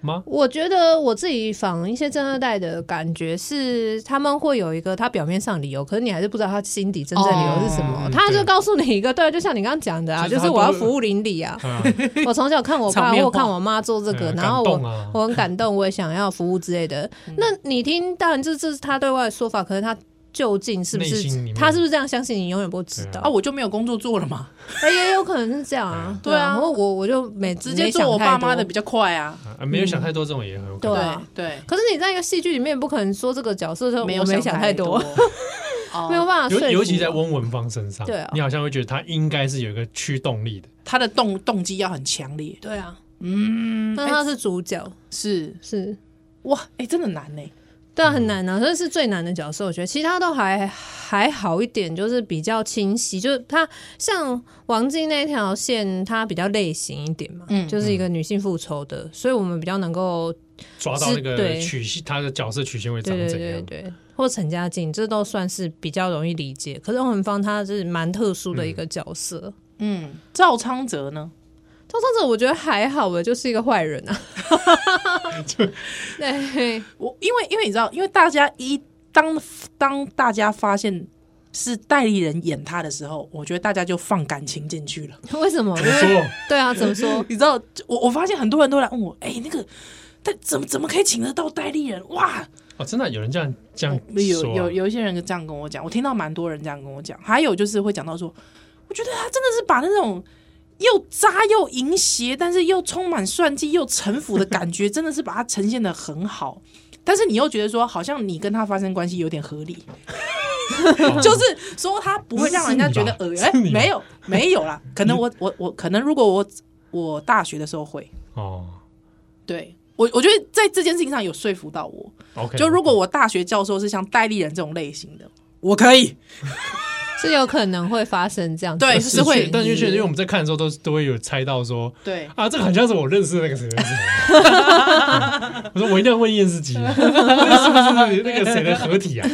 Speaker 2: 吗？
Speaker 1: 我觉得我自己仿一些正二代的感觉是，他们会有一个他表面上理由，可是你还是不知道他心底真正理由是什
Speaker 3: 嗯
Speaker 1: 么。
Speaker 2: 哦
Speaker 1: 他就
Speaker 2: 对
Speaker 1: 告诉你一个，对，就像你刚刚讲的啊，
Speaker 2: 就
Speaker 1: 就是
Speaker 2: 他
Speaker 1: 是我要
Speaker 2: 都
Speaker 1: 服务邻里啊。
Speaker 2: 啊，
Speaker 1: 我从小看我
Speaker 3: 场
Speaker 1: 爸
Speaker 3: 面
Speaker 1: 或
Speaker 3: 话
Speaker 1: 看我妈做这个，
Speaker 2: 嗯
Speaker 1: 然后
Speaker 2: 感
Speaker 1: 我
Speaker 2: 动啊
Speaker 1: 我很感动，我也想要服务之类的。那你听，当然这这是他对外的说法，可是他究竟是不
Speaker 2: 内心里
Speaker 1: 是
Speaker 2: 面
Speaker 1: 他是不是这样相信你，永远不知
Speaker 2: 对
Speaker 1: 道
Speaker 3: 啊，。我就没有工作做了嘛，
Speaker 1: 哎，也有可能是这样啊，
Speaker 3: 对啊
Speaker 1: 然后我我就每
Speaker 3: 直接做我爸妈的比较快啊。
Speaker 2: 啊没有想太多，这种也很有可
Speaker 1: 对
Speaker 2: 能。
Speaker 1: 啊
Speaker 3: 对，
Speaker 1: 可是你在一个戏剧里面，不可能说这个角色说
Speaker 3: 对
Speaker 1: 我没
Speaker 3: 想
Speaker 1: 想太
Speaker 3: 多，
Speaker 1: 多，
Speaker 3: 哦
Speaker 1: [laughs] 没有办法说服
Speaker 2: 尤
Speaker 1: 我。
Speaker 2: 尤其在翁文芳身上，
Speaker 1: 对啊
Speaker 2: 你好像会觉得他应该是有一个驱动力的，
Speaker 3: 他的动动机要很强烈。
Speaker 1: 对啊，
Speaker 3: 嗯，
Speaker 1: 但他是主角，
Speaker 3: 是
Speaker 1: 是
Speaker 3: 哇，哎，真的难呢。
Speaker 1: 对啊，
Speaker 2: 嗯
Speaker 1: 很难啊，这是最难的角色，我觉得其他都还还好一点，就是比较清晰，就是他像王静那条线，它比较类型一点嘛，
Speaker 3: 嗯
Speaker 1: 就是一个女性复仇的，所以我们比较能够
Speaker 2: 抓到那
Speaker 1: 是
Speaker 2: 个
Speaker 1: 对
Speaker 2: 曲线，他的角色曲线会长
Speaker 1: 对对
Speaker 2: 怎
Speaker 1: 对
Speaker 2: 样？
Speaker 1: 对，或陈家静，这都算是比较容易理解。可是欧文芳她是蛮特殊的一个角色。
Speaker 3: 嗯，赵昌泽呢？
Speaker 1: 赵尚哲我觉得还好吧，就是一个坏人
Speaker 2: [laughs]
Speaker 1: 啊。对，
Speaker 3: 我因为因为你知道，因为大家一当当大家发现是代理人演他的时候，我觉得大家就放感情进去了。
Speaker 1: 为什么？
Speaker 2: 怎么说？
Speaker 1: 对啊，怎
Speaker 2: [laughs]
Speaker 1: 么说？
Speaker 3: 你知道，就我我发现很多人都来问我，哎、那个但怎么怎么可以请得到代理人？哇，
Speaker 2: 哦，真的有人这样这样
Speaker 3: 哦有
Speaker 2: 说啊
Speaker 1: [laughs]
Speaker 3: 有有一些人这样跟我讲，我听到蛮多人这样跟我讲。还有就是会讲到说，我觉得他真的是把那种。又渣又淫邪，但是又充满算计又城府的感觉，真的是把它呈现的很好。但是你又觉得说，好像你跟他发生关系有点合理，
Speaker 2: 哦 [laughs]
Speaker 3: 就是说他不会让人家觉得
Speaker 2: 是
Speaker 3: 恶
Speaker 2: 你吧
Speaker 3: 哎、
Speaker 2: 是你吧
Speaker 3: 没有没有
Speaker 2: [laughs]
Speaker 3: 啦，可能我我我可能如果我我大学的时候会，
Speaker 2: 哦
Speaker 3: 对我我觉得在这件事情上有说服到我。
Speaker 2: ，OK，
Speaker 3: 就如果我大学教授是像戴立人这种类型的，我可以
Speaker 1: 是有可能会发生这样子
Speaker 3: 对
Speaker 1: 的
Speaker 3: 是
Speaker 1: 事情
Speaker 3: 会
Speaker 2: 但因为确实，因
Speaker 1: 嗯
Speaker 2: 为我们在看的时候都都会有猜到说
Speaker 3: 对
Speaker 2: 啊，这个很像是我认识的那
Speaker 1: [laughs]
Speaker 2: 个谁谁谁。我说我一定要问验尸机，
Speaker 1: [laughs]
Speaker 2: 那是不是那个谁的合体啊？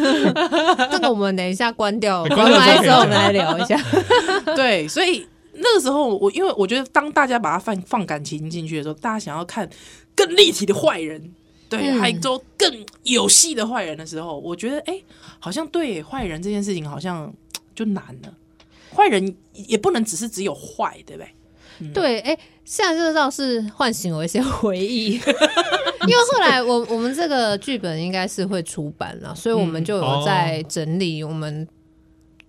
Speaker 1: [laughs] 这个我们等一下关掉，
Speaker 2: [laughs] 关掉
Speaker 1: 关麦之后
Speaker 2: 之后可以讲
Speaker 1: 我们来聊一下。 [laughs]
Speaker 3: 对，所以那个时候我因为我觉得当大家把它放放感情进去的时候，大家想要看更立体的坏人。对，
Speaker 1: 嗯
Speaker 3: 还有更有戏的坏人的时候，我觉得哎、好像对坏人这件事情好像就难了。坏人也不能只是只有坏，对不对？嗯
Speaker 1: 对，哎、现在这倒是唤醒我一些回
Speaker 3: [laughs]
Speaker 1: 忆，因为后来我我们这个剧本应该是会出版了，所以我们就有在整理我们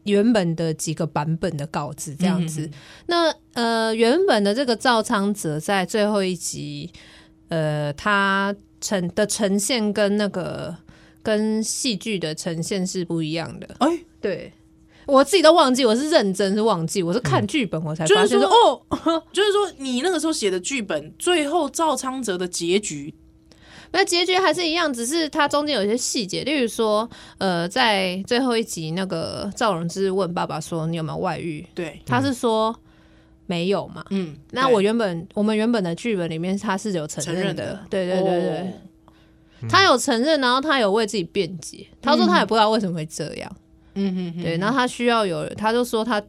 Speaker 1: 原本的几个版本的稿子这样子。
Speaker 3: 嗯
Speaker 1: 那呃，原本的这个赵昌泽在最后一集，呃，他呈的呈现跟那个跟戏剧的呈现是不一样的。
Speaker 3: 哎、
Speaker 1: 对我自己都忘记，我是认真是忘记，我是看剧本我才
Speaker 3: 嗯就
Speaker 1: 发
Speaker 3: 是
Speaker 1: 现
Speaker 3: 说
Speaker 1: 说
Speaker 3: 哦， [laughs] 就是说你那个时候写的剧本，最后赵昌泽的结局，
Speaker 1: 那结局还是一样，只是它中间有一些细节，例如说，呃，在最后一集那个赵荣之问爸爸说你有没有外遇，
Speaker 3: 对，
Speaker 1: 他是说、没有嘛。
Speaker 3: 嗯，
Speaker 1: 那
Speaker 3: 对
Speaker 1: 我原本我们原本的剧本里面他是有承认的，对对对对，
Speaker 3: 嗯哦
Speaker 1: 他有承认，然后他有为自己辩解，他说他也不知道为什么会这样，
Speaker 3: 嗯嗯嗯，
Speaker 1: 对，然后他需要有，他就说他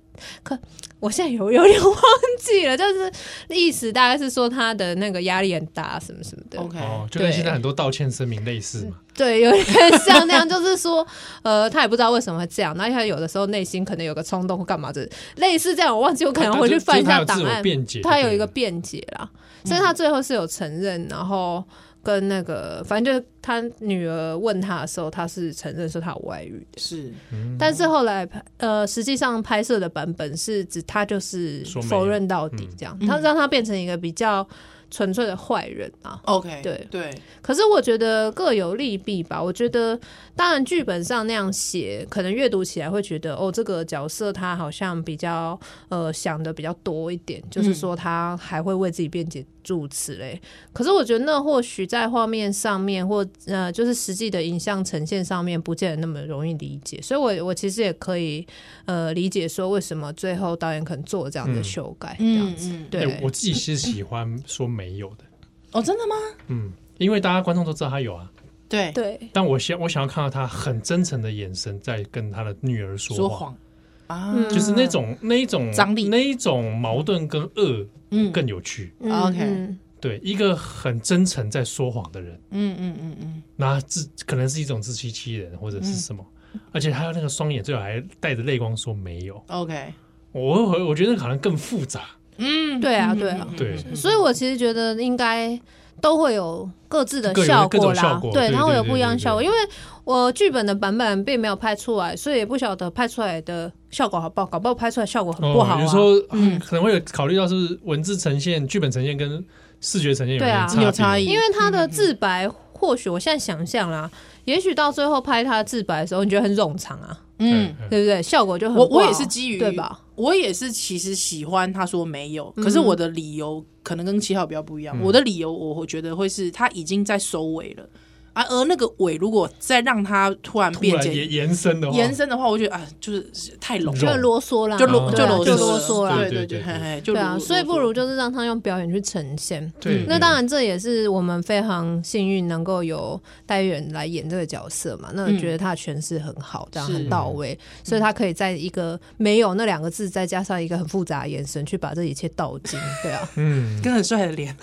Speaker 1: 可。我现在有有点忘记了，就是意思大概是说他的那个压力很大，什么什么的。
Speaker 3: ，OK，
Speaker 2: 哦，就跟
Speaker 1: 对
Speaker 2: 现在很多道歉声明类似嘛。
Speaker 1: 对，有点像那样，就是说，呃，他也不知道为什么会这样，然后他有的时候内心可能有个冲动或干嘛，就是类似这样，我忘记，我可能回去翻一
Speaker 2: 就
Speaker 1: 下
Speaker 2: 是他
Speaker 1: 档
Speaker 2: 有自我
Speaker 1: 案，
Speaker 2: 辩解，
Speaker 1: 他有一个辩解啦，
Speaker 2: 嗯
Speaker 1: 所以他最后是有承认，然后跟那个，反正就是他女儿问他的时候，他是承认说他有外遇，
Speaker 3: 是
Speaker 2: 嗯
Speaker 1: 但是后来拍呃，实际上拍摄的版本是指他就是
Speaker 2: 说没有
Speaker 1: 否认到底这样，
Speaker 3: 嗯
Speaker 1: 他让他变成一个比较纯粹的坏人啊。
Speaker 3: OK，
Speaker 1: 对
Speaker 3: 对，
Speaker 1: 可是我觉得各有利弊吧。我觉得，当然剧本上那样写，可能阅读起来会觉得，哦，这个角色他好像比较呃想的比较多一点，就是说他还会为自己辩解助词嘞。可是我觉得那或许在画面上面或呃就是实际的影像呈现上面，不见得那么容易理解。所以我我其实也可以呃理解说，为什么最后导演可能做了这样的
Speaker 2: 嗯
Speaker 1: 修改，这样
Speaker 3: 嗯
Speaker 1: 子。
Speaker 3: 嗯，
Speaker 1: 对，
Speaker 2: 哎我自己是喜欢说没有的，
Speaker 3: 哦，真的吗？
Speaker 2: 嗯，因为大家观众都知道他有啊，
Speaker 3: 对，
Speaker 1: 对，
Speaker 2: 但我想我想要看到他很真诚的眼神在跟他的女儿说
Speaker 3: 说
Speaker 2: 话，
Speaker 3: 谎啊，
Speaker 1: 嗯
Speaker 2: 就是那种那一种
Speaker 3: 张力
Speaker 2: 那一种矛盾跟恶
Speaker 3: 嗯
Speaker 2: 更有趣。
Speaker 1: 嗯
Speaker 3: OK
Speaker 1: 嗯
Speaker 2: 对，一个很真诚在说谎的人，
Speaker 3: 嗯嗯嗯嗯，
Speaker 2: 那自可能是一种自欺欺人或者是什么，
Speaker 1: 嗯
Speaker 2: 而且他那个双眼最好还带着泪光说没有。
Speaker 3: OK，
Speaker 2: 我我我觉得那个好像更复杂。
Speaker 3: 嗯，
Speaker 1: 对啊
Speaker 3: 嗯
Speaker 1: 对啊
Speaker 3: 嗯嗯
Speaker 2: 对
Speaker 3: 嗯
Speaker 1: 所以我其实觉得应该都会有各自的
Speaker 2: 各有
Speaker 1: 效
Speaker 2: 各
Speaker 1: 果
Speaker 2: 种
Speaker 1: 啦，
Speaker 2: 效果对
Speaker 1: 它会
Speaker 2: 对
Speaker 1: 有
Speaker 2: 对
Speaker 1: 不一样的
Speaker 2: 对
Speaker 1: 效果。
Speaker 2: 对
Speaker 1: 因为我剧本的版本并没有拍出来，所以也不晓得拍出来的效果好不好，啊搞不好拍出来效果很不好、啊
Speaker 2: 有时候
Speaker 3: 嗯
Speaker 2: 可能会有考虑到是不是文字呈现、剧本呈现跟视觉呈现有
Speaker 1: 对啊
Speaker 2: 点差别
Speaker 3: 有差异
Speaker 1: 因为他的自白，或许我现在想象啦，也许到最后拍他的自白的时候，你觉得很冗长啊，
Speaker 3: 嗯，
Speaker 2: 嗯
Speaker 1: 对不对？效果就很
Speaker 3: 我
Speaker 1: 不好啊
Speaker 3: 我也是基于
Speaker 1: 对吧？
Speaker 3: 我也是，其实喜欢他说没有，
Speaker 1: 嗯
Speaker 3: 可是我的理由可能跟七号比较不一样。
Speaker 2: 嗯
Speaker 3: 我的理由我会觉得会是他已经在收尾了，啊，而那个尾如果再让他突然
Speaker 2: 突
Speaker 3: 变
Speaker 2: 然
Speaker 3: 解
Speaker 2: 延延伸的话，
Speaker 3: 延伸的话，我觉得啊，就是太笼
Speaker 1: 就
Speaker 2: 肉
Speaker 1: 啰嗦啦，
Speaker 3: 就
Speaker 2: 啰
Speaker 3: 啰
Speaker 1: 对
Speaker 3: 就
Speaker 1: 啊
Speaker 3: 啰
Speaker 2: 就
Speaker 1: 啰嗦啦
Speaker 2: 对
Speaker 3: 对
Speaker 2: 对
Speaker 3: 对，嘿嘿，就
Speaker 1: 嗯对啊，
Speaker 3: 啰
Speaker 1: 所以不如
Speaker 3: 啰嗦
Speaker 1: 就是让他用表演去呈现。
Speaker 2: 对
Speaker 3: 嗯，
Speaker 1: 那当然，这也是我们非常幸运能够有戴玉人来演这个角色
Speaker 2: 嗯
Speaker 1: 嘛。那我觉得他的诠释很好，这样
Speaker 3: 是
Speaker 1: 很到位，所以他可以在一个没有那两个字，再加上一个很复杂的眼神，去把这一切道尽。
Speaker 2: [laughs]
Speaker 1: 对啊，
Speaker 2: 嗯，
Speaker 3: 跟很帅的脸，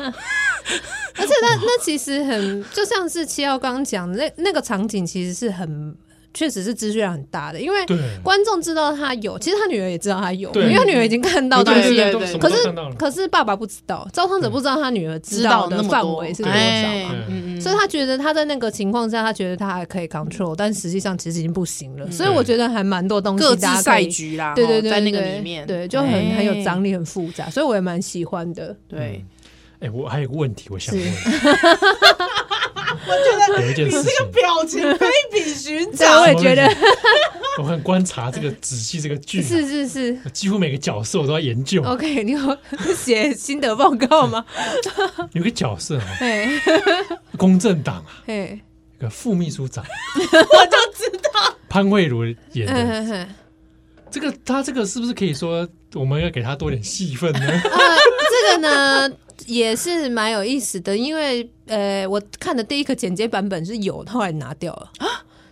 Speaker 1: 而且那那其实很就像是七号刚刚讲的，那那个场景其实是很确实是资讯量很大的，因为
Speaker 2: 对，
Speaker 1: 观众知道他有，其实他女儿也知道他有，因
Speaker 2: 对
Speaker 1: 为他女儿已经看到东
Speaker 3: 对
Speaker 1: 西
Speaker 3: 对
Speaker 1: 了。
Speaker 2: 对对，
Speaker 1: 可是
Speaker 2: 看到了，
Speaker 1: 可是爸爸不知道，赵康者不知道他女儿知道的
Speaker 3: 那么
Speaker 1: 范
Speaker 3: 多
Speaker 1: 围是多少
Speaker 3: 哎
Speaker 1: 嘛，
Speaker 2: 对
Speaker 3: 嗯嗯，
Speaker 1: 所以他觉得他在那个情况下，他觉得他还可以 control，但实际上其实已经不行了。所以我觉得还蛮多东西
Speaker 3: 嗯各自
Speaker 1: 嗯大家可
Speaker 3: 赛
Speaker 1: 以，
Speaker 3: 局啦，
Speaker 1: 对对
Speaker 3: 吼
Speaker 1: 对，
Speaker 3: 在那个
Speaker 1: 对
Speaker 3: 里面，
Speaker 1: 对，就很
Speaker 3: 哎
Speaker 1: 很有张力，很复杂，所以我也蛮喜欢的。
Speaker 3: 对，
Speaker 2: 哎，我还有个问题，我想
Speaker 1: 是 [laughs]
Speaker 2: 问，
Speaker 3: 我觉
Speaker 2: 有一件事情，
Speaker 3: 表 [laughs] 情非比寻
Speaker 1: 对，我也觉得
Speaker 2: [laughs] 我很观察这个仔细这个剧啊，
Speaker 1: [laughs] 是是是。
Speaker 2: 我 [laughs] 几乎每个角色我都要研究。
Speaker 1: OK，你有 [laughs] 写心得报告
Speaker 3: [laughs]
Speaker 1: 吗？
Speaker 2: 有个角色啊，
Speaker 1: 哎
Speaker 2: [laughs] 公正党啊，
Speaker 1: 哎，
Speaker 2: 有个副秘书
Speaker 1: [laughs]
Speaker 2: 长
Speaker 3: 我就知道，
Speaker 2: 潘慧茹演
Speaker 1: 嗯
Speaker 2: 的，
Speaker 1: 哼哼
Speaker 2: 这个他这个是不是可以说我们要给他多点戏份呢？
Speaker 1: [laughs] 呃，这个呢也是蛮有意思的，因为呃，我看的第一个剪接版本是有，后来拿掉了。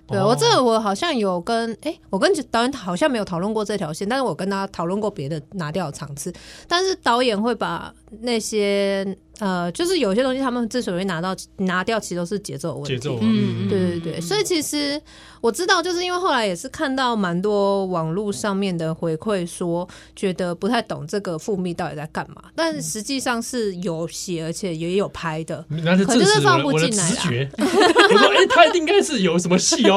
Speaker 1: 对
Speaker 2: 哦
Speaker 1: 我这个我好像有跟哎、我跟导演好像没有讨论过这条线，但是我跟他讨论过别的拿掉的场次。但是导演会把那些呃，就是有些东西他们之所以拿到拿掉，其实都是节奏的问题。
Speaker 2: 节奏啊，
Speaker 3: 嗯
Speaker 2: 嗯，
Speaker 1: 对对对，所以其实我知道，就是因为后来也是看到蛮多网络上面的回馈说，觉得不太懂这个复密到底在干嘛，
Speaker 2: 嗯
Speaker 1: 但实际上是有写，而且也有拍的。
Speaker 2: 那就证
Speaker 1: 可是
Speaker 2: 实我
Speaker 1: 放
Speaker 2: 的
Speaker 1: 不
Speaker 2: 我的
Speaker 1: 进来
Speaker 2: 直
Speaker 1: 啊啦 [laughs]
Speaker 2: 觉。我说，哎，他应该是有什么戏哦，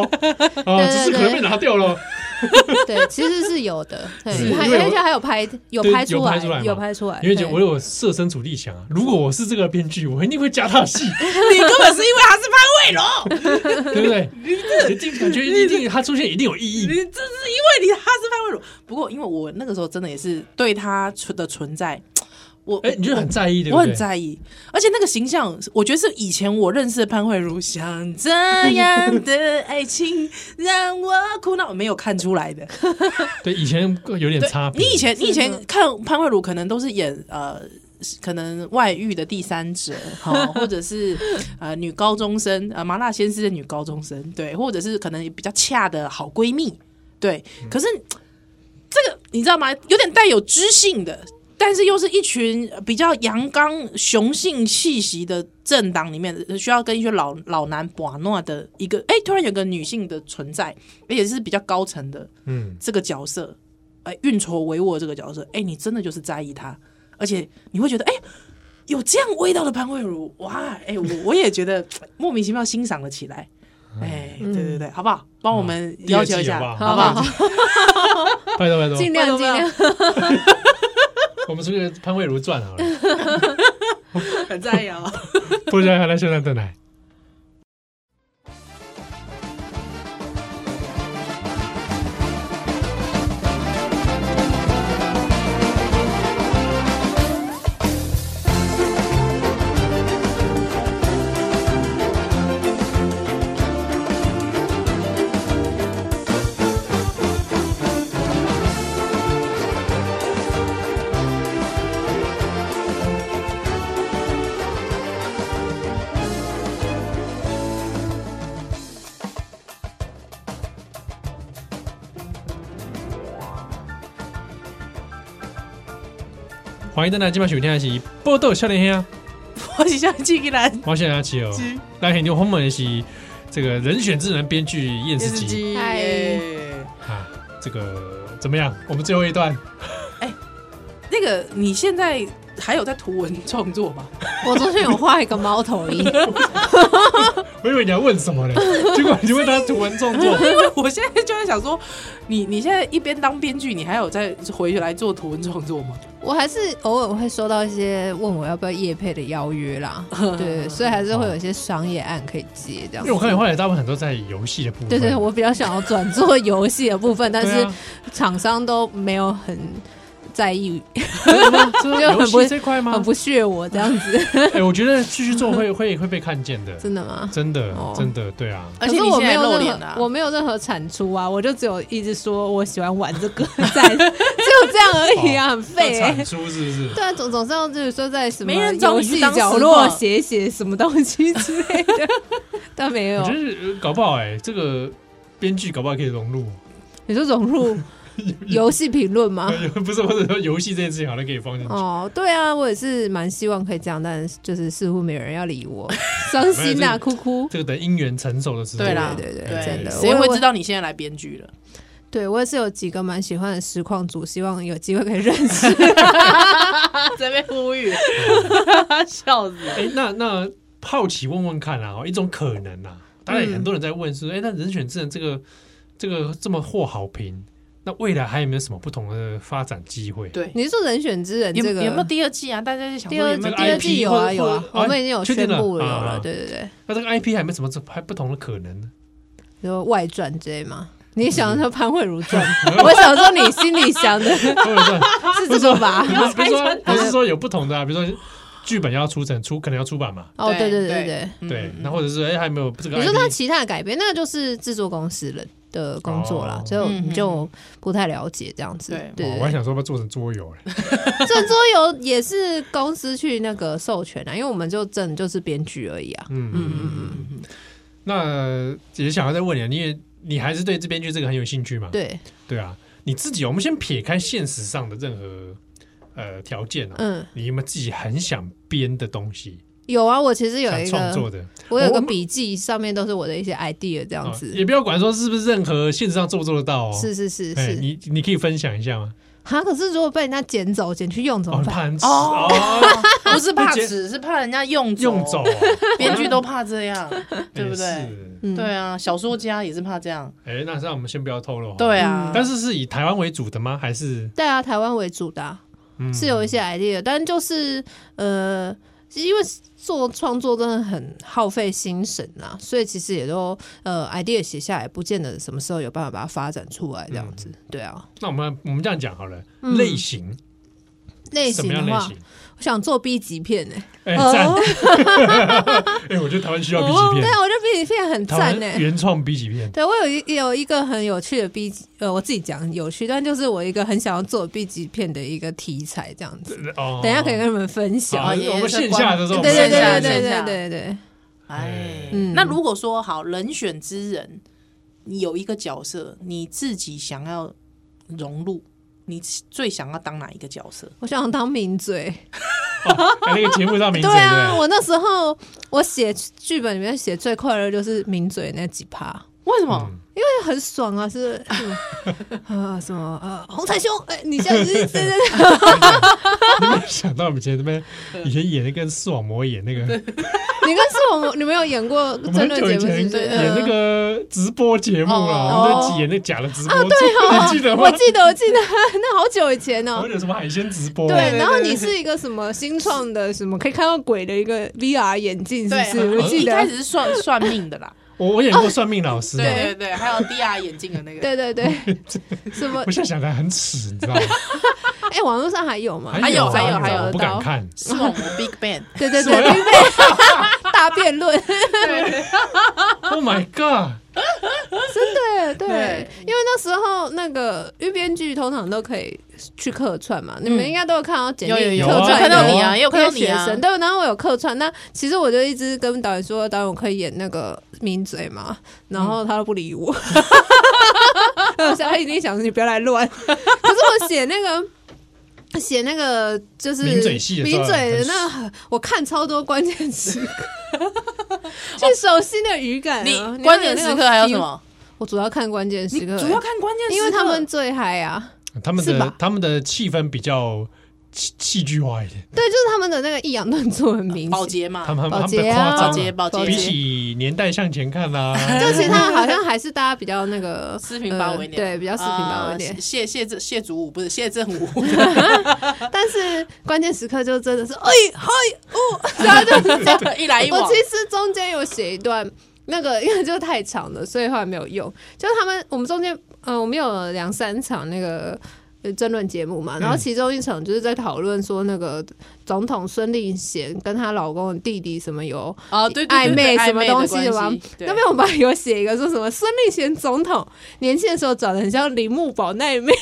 Speaker 2: 啊，
Speaker 1: 对
Speaker 2: 只是可能被拿掉了。
Speaker 1: [laughs] 对，其实是
Speaker 2: [laughs]
Speaker 1: 有的，对，
Speaker 2: 是
Speaker 1: 还
Speaker 2: 因为我
Speaker 1: 而且还有拍，有
Speaker 2: 对
Speaker 1: 拍
Speaker 2: 有
Speaker 1: 出
Speaker 2: 拍
Speaker 1: 来
Speaker 2: 出来，嘛
Speaker 1: 有拍出来，
Speaker 2: 因为
Speaker 1: 对
Speaker 2: 就我有设身处地想啊，如果我是这个编剧，我一定会加他的
Speaker 1: [laughs]
Speaker 2: 戏，
Speaker 3: 你根本是因为他是潘慧荣。
Speaker 2: 对不对？一定感觉一定他出现一定有意义
Speaker 3: 你。这是因为你他是潘慧茹，不过因为我那个时候真的也是对他存的存在，我
Speaker 2: 哎，你就很在意，对不
Speaker 3: 我
Speaker 2: 对？
Speaker 3: 很在意，而且那个形象，我觉得是以前我认识的潘慧茹，像这样的爱情让我苦恼，没有看出来的。
Speaker 2: 对，以前有点
Speaker 3: 对
Speaker 2: 差，别。
Speaker 3: 你以前你以
Speaker 1: 是的
Speaker 3: 前看潘慧茹，可能都是演呃。可能外遇的第三者， [laughs] 哈，或者是呃女高中生，呃麻辣鲜师的女高中生，对，或者是可能比较恰的好闺蜜，对。
Speaker 2: 嗯
Speaker 3: 可是这个你知道吗？有点带有知性的，但是又是一群呃比较阳刚雄性气息的政党里面，呃需要跟一些老老男寡诺的一个，哎、突然有个女性的存在，而且是比较高层的，
Speaker 2: 嗯，
Speaker 3: 这个角色，哎、运筹帷幄这个角色，哎、你真的就是在意他，而且你会觉得，哎、有这样味道的潘慧茹，哇，哎、我我也觉得莫名其妙欣赏了起来，哎、对对对，好不好？帮我们
Speaker 2: 嗯第
Speaker 3: 要
Speaker 2: 二季
Speaker 3: 求一下，
Speaker 2: 好不
Speaker 3: 好不好？
Speaker 2: 拜托拜托，
Speaker 1: 尽量
Speaker 3: 拜托
Speaker 1: 尽量，
Speaker 2: 我们出去潘慧如传好了，
Speaker 3: 很在意啊。
Speaker 2: [laughs] 不然还来圣诞蛋奶。欢迎蛋奶，今晚收听的是波豆笑脸兄，
Speaker 3: 我是想寄给兰
Speaker 2: 啊我是阿奇哦。
Speaker 3: 芝，
Speaker 2: 来很牛红门的是这个人选智能编剧燕
Speaker 3: 也
Speaker 2: 子
Speaker 3: 是
Speaker 2: 吉
Speaker 3: 鸡
Speaker 1: 嗨
Speaker 3: 耶
Speaker 2: 啊，这个怎么样？我们最后一段
Speaker 3: 那个你现在还有在图文创作
Speaker 1: [laughs]
Speaker 3: 吗？
Speaker 1: [laughs] 我昨天有画一个猫头鹰，
Speaker 2: [laughs] 我以为你要问什么嘞， [laughs] 结果你问他图文创作，
Speaker 3: 因为我现在就在想说，你你现在一边当编剧，你还有在回来做图文创作吗？
Speaker 1: 我还是偶尔会收到一些问我要不要夜配的邀约啦，
Speaker 2: 嗯
Speaker 1: 对，所以还是会有一些商业案可以接这样
Speaker 2: 因为。我看你后来大部分很多在游戏的部分。
Speaker 1: 对对，我比较想要转做游戏的部分，但
Speaker 2: 对
Speaker 1: 是
Speaker 2: 啊
Speaker 1: 厂商都没有很在意，
Speaker 2: 真的吗真的
Speaker 1: 就
Speaker 2: 啊游
Speaker 1: 很不
Speaker 2: 戏这块吗？
Speaker 1: [laughs] 很不屑我这样
Speaker 3: [laughs]
Speaker 1: 子，
Speaker 2: 哎，我觉得继续做会会会被看见的，
Speaker 1: 真的吗？
Speaker 2: 真的
Speaker 1: 哦
Speaker 2: 真的对啊。
Speaker 3: 而且
Speaker 1: 可
Speaker 3: 你
Speaker 1: 是我
Speaker 3: 现
Speaker 1: 没
Speaker 3: 在
Speaker 1: 有
Speaker 3: 露
Speaker 1: 任
Speaker 3: 脸
Speaker 1: 何、
Speaker 3: 了啊，
Speaker 1: 我没有任何产出啊，我就只有一直说我喜欢玩这
Speaker 3: [laughs]
Speaker 1: 个，在只有这样而已
Speaker 3: 哦
Speaker 1: 啊，很废、
Speaker 2: 要
Speaker 1: 欸
Speaker 2: 产。出是不是？
Speaker 1: 对啊，总总是要就是说在什么
Speaker 3: 没人找
Speaker 1: 游
Speaker 3: 你去
Speaker 1: 戏
Speaker 3: 当
Speaker 1: 角
Speaker 3: 实
Speaker 1: 落
Speaker 3: 况
Speaker 1: 写写什么东西之类的，
Speaker 3: [laughs]
Speaker 1: 但没有
Speaker 2: 我觉。得呃搞不好哎，这个编剧搞不好可以融入。
Speaker 1: 你说融入游戏评论吗？
Speaker 2: 不是，或者说游戏这件事情好像可以放进去。
Speaker 1: 啊哦，对啊，我也是蛮希望可以这样，但是就是似乎没有人要理 [laughs] 我，伤心
Speaker 2: 没有
Speaker 1: 啊，哭哭。
Speaker 2: 这个等姻缘成熟的时候，
Speaker 3: 对啦
Speaker 1: 对对
Speaker 2: 对
Speaker 1: 真的，
Speaker 3: 谁
Speaker 1: 我
Speaker 3: 会
Speaker 1: 我
Speaker 3: 知道你现在来编剧 [laughs] 了？
Speaker 1: 对我也是有几个蛮喜欢的实况组，希望有机会可以认识。
Speaker 3: 这边呼吁，, [laughs] 笑死！
Speaker 2: 哎、那那好奇问问看啦，哦一种可能啦，当然
Speaker 1: 嗯
Speaker 2: 很多人在问是，哎、那人选之人这个这个这么获好评，那未来还有没有什么不同的发展机会？
Speaker 3: 对，
Speaker 1: 你是说《人选之人》
Speaker 3: 有
Speaker 1: 这个
Speaker 3: 有没有第二季啊？大家就想
Speaker 1: 第
Speaker 3: 说
Speaker 1: 二
Speaker 3: 有
Speaker 1: 季
Speaker 3: 没有
Speaker 1: 第二季
Speaker 2: IP
Speaker 1: 有啊
Speaker 2: 或
Speaker 1: 有啊，
Speaker 2: 或
Speaker 1: 我们已经有
Speaker 2: 确定
Speaker 1: 宣
Speaker 2: 了
Speaker 1: 布了，有
Speaker 2: 啊
Speaker 1: 了，对对对，
Speaker 2: 那这个 IP 还有没有什么这还不同的可能呢？
Speaker 1: 有外传之类吗？你想说潘慧如 [laughs] 传，我想说你心里想 [laughs] 的是
Speaker 2: 或者说
Speaker 1: 这个吧？ [laughs]
Speaker 2: 不是说
Speaker 1: 他
Speaker 2: 不是说有不同的啊，比如说剧本要出成出可能要出版嘛，
Speaker 1: 哦，对对对
Speaker 3: 对
Speaker 1: 对，
Speaker 2: [laughs]
Speaker 3: 嗯
Speaker 2: 对，那或者是哎、还有没有这个
Speaker 1: 你说
Speaker 2: IP？
Speaker 1: 他其他的改编，那就是制作公司了的工作啦
Speaker 2: 哦，
Speaker 1: 所以我
Speaker 3: 嗯
Speaker 1: 们就不太了解这样子。
Speaker 3: 对
Speaker 1: 对
Speaker 2: 哦
Speaker 1: 对
Speaker 2: 我还
Speaker 1: 对，
Speaker 2: 想说要不要做成桌游哎嘞，
Speaker 1: [laughs] 这桌游也是公司去那个授权啊，因为我们就真的就是编剧而已啊。
Speaker 2: 嗯嗯嗯嗯嗯。那也想要再问你啊，你也你还是对这编剧这个很有兴趣嘛？
Speaker 1: 对，
Speaker 2: 对啊，你自己，我们先撇开现实上的任何呃条件啊，
Speaker 1: 嗯，
Speaker 2: 你有没有自己很想编的东西，
Speaker 1: 有啊，我其实有
Speaker 2: 想
Speaker 1: 一
Speaker 2: 创
Speaker 1: 个，
Speaker 2: 作的？
Speaker 1: 我有
Speaker 2: 我
Speaker 1: 个
Speaker 2: 们
Speaker 1: 笔记，上面都是我的一些 idea 这样
Speaker 2: 啊
Speaker 1: 子。
Speaker 2: 也不要管说是不是任何现实上做不做得到哦。
Speaker 1: 是是是
Speaker 2: 哎，
Speaker 1: 是，
Speaker 2: 你你可以分享一下吗？
Speaker 1: 哈，可是如果被人家捡走、捡去用怎
Speaker 2: 哦，
Speaker 1: 么
Speaker 2: 很
Speaker 1: 办？
Speaker 2: 怕人吃
Speaker 3: 哦
Speaker 2: 哦， [laughs]
Speaker 3: 不是怕
Speaker 2: 会接
Speaker 3: 纸，是怕人家用
Speaker 2: 用走，哦
Speaker 3: 编剧
Speaker 2: [laughs]
Speaker 3: 都怕这样，对
Speaker 2: 哎
Speaker 3: 不对？
Speaker 2: 是
Speaker 1: 嗯，
Speaker 3: 对啊，小说家也是怕这样，
Speaker 2: 哎，那让我们先不要透露。
Speaker 3: 对，啊。
Speaker 2: 但是是以台湾为主的吗？还是
Speaker 1: 对啊，台湾为主的啊、
Speaker 2: 嗯
Speaker 1: 是有一些 idea，但就是呃，因为做创作真的很耗费心神啊，所以其实也都呃 idea 写下来，不见得什么时候有办法把它发展出来这样子。
Speaker 2: 嗯
Speaker 1: 对啊，
Speaker 2: 那我们我们这样讲好了，
Speaker 1: 嗯
Speaker 2: 类型
Speaker 1: 类
Speaker 2: 什
Speaker 1: 型
Speaker 2: 么
Speaker 1: 的
Speaker 2: 样类
Speaker 1: 话
Speaker 2: 型，？
Speaker 1: 我想做 B 级片呢、
Speaker 2: 哎，
Speaker 1: 哦
Speaker 2: 赞！ [laughs] 哎，我觉得台湾需要 B 级
Speaker 1: 对
Speaker 2: 片，
Speaker 1: 啊，我觉得 B 级片很
Speaker 2: 台
Speaker 1: 赞呢、欸
Speaker 2: 湾原创 B 级片。
Speaker 1: 对我有一有一个很有趣的 B 级，呃，我自己讲有趣，但就是我一个很想要做 B 级片的一个题材这样子。
Speaker 2: 哦，
Speaker 1: [laughs] 等一下可以跟你们分享。
Speaker 2: 好我们线下的时候
Speaker 1: 对
Speaker 2: 我
Speaker 1: 对
Speaker 2: 们线
Speaker 1: 对
Speaker 2: 下的
Speaker 1: 对
Speaker 2: 时候
Speaker 1: 对对对对，
Speaker 3: 哎，
Speaker 1: 嗯
Speaker 3: 那如果说好人选之人，你有一个角色，你自己想要融入，你最想要当哪一个角色？
Speaker 1: 我想当名嘴。
Speaker 2: 在哎那个节目上名字
Speaker 1: 对啊，
Speaker 2: 对
Speaker 1: 我那时候我写剧本里面写最快乐就是名嘴那几趴，
Speaker 3: 为什
Speaker 2: 不对
Speaker 3: 么？
Speaker 2: 嗯
Speaker 1: 因为就很爽啊，是是吗
Speaker 2: [laughs]
Speaker 1: 啊什么呃红彩兄，哎、你现在是对对对，
Speaker 2: 你没有想到我们以前那边以前演那个视网膜演那个，
Speaker 1: [laughs] 你跟是我们你们有演过
Speaker 2: 我们
Speaker 1: 争
Speaker 2: 很
Speaker 1: 论
Speaker 2: 久
Speaker 1: 节
Speaker 2: 以
Speaker 1: 目是
Speaker 2: 前
Speaker 1: 不是？嗯
Speaker 2: 演那个直播节目啦，
Speaker 1: 哦啊
Speaker 2: 我们在演那个假的直播， [laughs] 你记得吗
Speaker 1: 我？记得我记得 [laughs] 那好久以前哦、
Speaker 2: 还有什么海鲜直播？
Speaker 1: 对，
Speaker 3: 对
Speaker 1: 然后
Speaker 3: 对对
Speaker 1: 你是一个什么新创的什么可以看到鬼的一个 VR 眼镜，是不是？
Speaker 3: 对，
Speaker 1: 我记
Speaker 3: 一
Speaker 1: 得，
Speaker 3: 开始是算算命的啦，
Speaker 2: 我我演过算命老师嘛，啊
Speaker 3: 对对对，还有 DR 眼镜的那个，
Speaker 1: 对
Speaker 3: [laughs]
Speaker 1: 对对，什么
Speaker 2: 我？现在想来很耻，你知道吗？
Speaker 1: 哎、网络上还有吗？
Speaker 3: 还有
Speaker 2: 还
Speaker 3: 还有还有
Speaker 2: 我不敢看。
Speaker 3: 视网膜 Big Bang，
Speaker 1: 对对对，对对 [laughs] 大辩论，
Speaker 2: Oh my god！
Speaker 1: 对对
Speaker 3: 对
Speaker 1: 因为那时候那个预编剧通常都可以去客串嘛，
Speaker 3: 嗯
Speaker 1: 你们应该都有看到简历
Speaker 2: 有
Speaker 1: 客
Speaker 2: 啊
Speaker 1: 串，
Speaker 2: 看到你
Speaker 3: 啊也有看到你啊
Speaker 1: 学生对，然后我有客串，那其实我就一直跟导演说，导演我可以演那个抿嘴嘛，然后他都不
Speaker 3: [laughs]
Speaker 1: 理我，然后他一定想说你不要来乱， [laughs] 可是我写那个。写那个就是
Speaker 2: 抿嘴戏的时
Speaker 1: 抿
Speaker 2: 候
Speaker 1: 嘴的
Speaker 2: 很
Speaker 1: 那，我看超多关键时刻，
Speaker 3: [laughs]
Speaker 1: 最熟悉的语感啊、
Speaker 3: 你
Speaker 1: 要
Speaker 3: 关
Speaker 1: 有
Speaker 3: 键
Speaker 1: 那
Speaker 3: 时
Speaker 1: 个
Speaker 3: 刻还有什
Speaker 1: feel
Speaker 3: 么？
Speaker 1: 我主要看关键时
Speaker 3: 你
Speaker 1: 刻、
Speaker 3: 主要看关键时刻，
Speaker 1: 因为他们最嗨啊，
Speaker 2: 他们
Speaker 1: 是
Speaker 2: 的
Speaker 1: 吧
Speaker 2: 他们的气氛比较戏戏剧化一点，
Speaker 1: 对，就是他们的那个抑扬顿挫很明
Speaker 3: 保
Speaker 1: 显。
Speaker 3: 洁嘛，
Speaker 2: 他们他
Speaker 1: 保
Speaker 2: 们
Speaker 1: 洁
Speaker 2: 的
Speaker 1: 啊
Speaker 2: 夸
Speaker 3: 保洁
Speaker 2: 张啊，
Speaker 3: 保洁
Speaker 2: 比起年代向前看啊哎啦， [laughs]
Speaker 1: 就其他好像还是大家比较那个
Speaker 3: 四平八稳一点
Speaker 1: 呃对，比较四平八稳一点
Speaker 3: 啊。谢谢谢谢祖武不是谢正武，
Speaker 1: 但是关键时刻就真的是，哎嗨哦，然后就
Speaker 3: 一来一
Speaker 1: 我
Speaker 3: 往
Speaker 1: 其，实中间有写一段，那个因为就太长了，所以后来没有用。就是他们我们中间，呃，我们有两三场那个。呃争论节目嘛，
Speaker 3: 嗯
Speaker 1: 然后其中一场就是在讨论说那个总统孙令贤跟她老公的弟弟什么有
Speaker 3: 啊对对
Speaker 1: 暧
Speaker 3: 对
Speaker 1: 昧
Speaker 3: 对
Speaker 1: 什么东西的
Speaker 3: 的
Speaker 1: 吗
Speaker 3: 关系？对
Speaker 1: 那边我们有写一个说什么孙立贤总统年轻的时候长得很像铃木保奈美，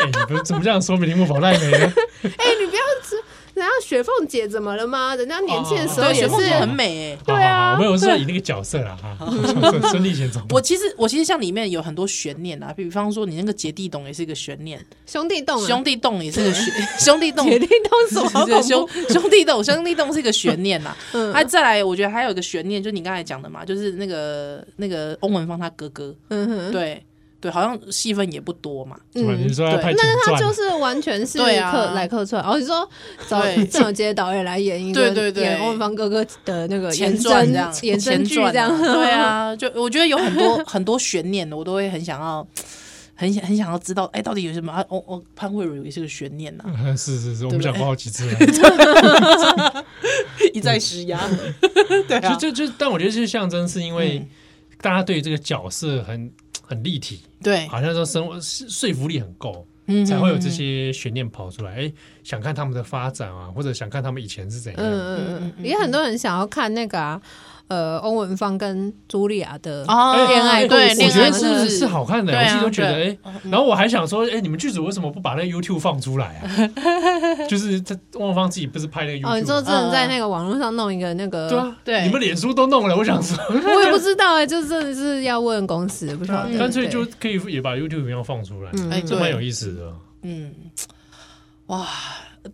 Speaker 2: 哎，你不是怎么这样说明铃木保奈美呢？
Speaker 1: 哎、你不要只，人家雪凤姐怎么了吗？人家年轻的时候
Speaker 3: 哦对，
Speaker 1: 也
Speaker 3: 雪
Speaker 1: 是
Speaker 3: 凤姐很美哎。
Speaker 2: 好
Speaker 1: 对啊
Speaker 2: 好好，没有我是说以那个角色啦哈，角色孙俪贤总，
Speaker 3: 我其实我其实像里面有很多悬念啊，比方说你那个姐弟洞也是一个悬念，
Speaker 1: 兄弟洞、啊，
Speaker 3: 兄弟洞也是个悬，兄弟洞
Speaker 1: 姐弟洞什么好恐
Speaker 3: 对
Speaker 1: 怖
Speaker 3: 兄？兄弟洞，兄弟洞是一个悬念呐、
Speaker 1: 嗯
Speaker 3: 那、再来，我觉得还有一个悬念，就你刚才讲的嘛，就是那个那个翁文芳他哥哥，
Speaker 1: 嗯哼，
Speaker 3: 对对，好像戏份也不多嘛，
Speaker 2: 什么你
Speaker 1: 嗯。
Speaker 2: 说要
Speaker 3: 对
Speaker 2: 拍前
Speaker 1: 那他
Speaker 2: 传
Speaker 1: 就，是完全是
Speaker 3: 对啊
Speaker 1: 客来客串，哦，你说找
Speaker 3: 对
Speaker 1: 郑有基的导演来演一个
Speaker 3: 对对对
Speaker 1: 演欧文芳哥哥的那个
Speaker 3: 前
Speaker 1: 延
Speaker 3: 传
Speaker 1: 伸
Speaker 3: 这样，
Speaker 1: 延伸
Speaker 3: 前
Speaker 1: 剧
Speaker 3: 传
Speaker 1: 这样，
Speaker 3: 啊对，
Speaker 1: [laughs]
Speaker 3: 啊，就我觉得有很多很多悬念的，我都会很想要。很想很想要知道，哎、到底有什么？啊哦哦，潘慧茹也是个悬念
Speaker 1: [laughs]
Speaker 3: 呐、
Speaker 2: 嗯 [laughs] 是是是，我们
Speaker 3: 对
Speaker 2: 讲过好几次了。
Speaker 3: 一再施压。
Speaker 1: [laughs]
Speaker 3: 对啊，
Speaker 2: 就就就，但我觉得这象征是因为
Speaker 3: 嗯
Speaker 2: 大家对这个角色很很立体，
Speaker 3: 对，
Speaker 2: 好像说生活是说服力很够，
Speaker 3: 嗯
Speaker 2: 才会有这。些悬念跑出来。哎，想看他们的发展啊，或者想看他们以前是怎
Speaker 1: 嗯
Speaker 2: 样。
Speaker 1: 嗯嗯嗯，也很多人想要看那个啊，呃，欧文芳跟茱莉亚的
Speaker 3: 哦，
Speaker 1: 恋爱故事
Speaker 2: 哎
Speaker 3: 对，
Speaker 2: 我
Speaker 3: 恋
Speaker 2: 觉
Speaker 3: 爱
Speaker 2: 得
Speaker 3: 故
Speaker 1: 恋爱
Speaker 2: 是
Speaker 3: 事
Speaker 2: 是好看的，
Speaker 3: 对
Speaker 2: 我
Speaker 3: 啊
Speaker 2: 自己都觉得哎
Speaker 3: 对。嗯
Speaker 2: 然后我还想说，哎，你们剧组为什么不把那个 YouTube 放出
Speaker 3: [laughs]
Speaker 2: 来啊？就是他汪芳自己不是拍那个
Speaker 1: 哦，你说
Speaker 2: YouTube，
Speaker 1: 真的在那个网络上弄一个那个，
Speaker 2: 对啊，
Speaker 3: 嗯对嗯
Speaker 2: 你们脸书都弄了，我想说，
Speaker 1: 我也不知道哎、就真的是要问公司，不
Speaker 3: 啊
Speaker 1: 晓得。
Speaker 2: 干脆就
Speaker 1: 对
Speaker 2: 可以也把 YouTube 一样放出来，
Speaker 1: 嗯
Speaker 3: 哎，
Speaker 2: 这
Speaker 3: 对，
Speaker 2: 蛮有意思的。
Speaker 3: 嗯，哇，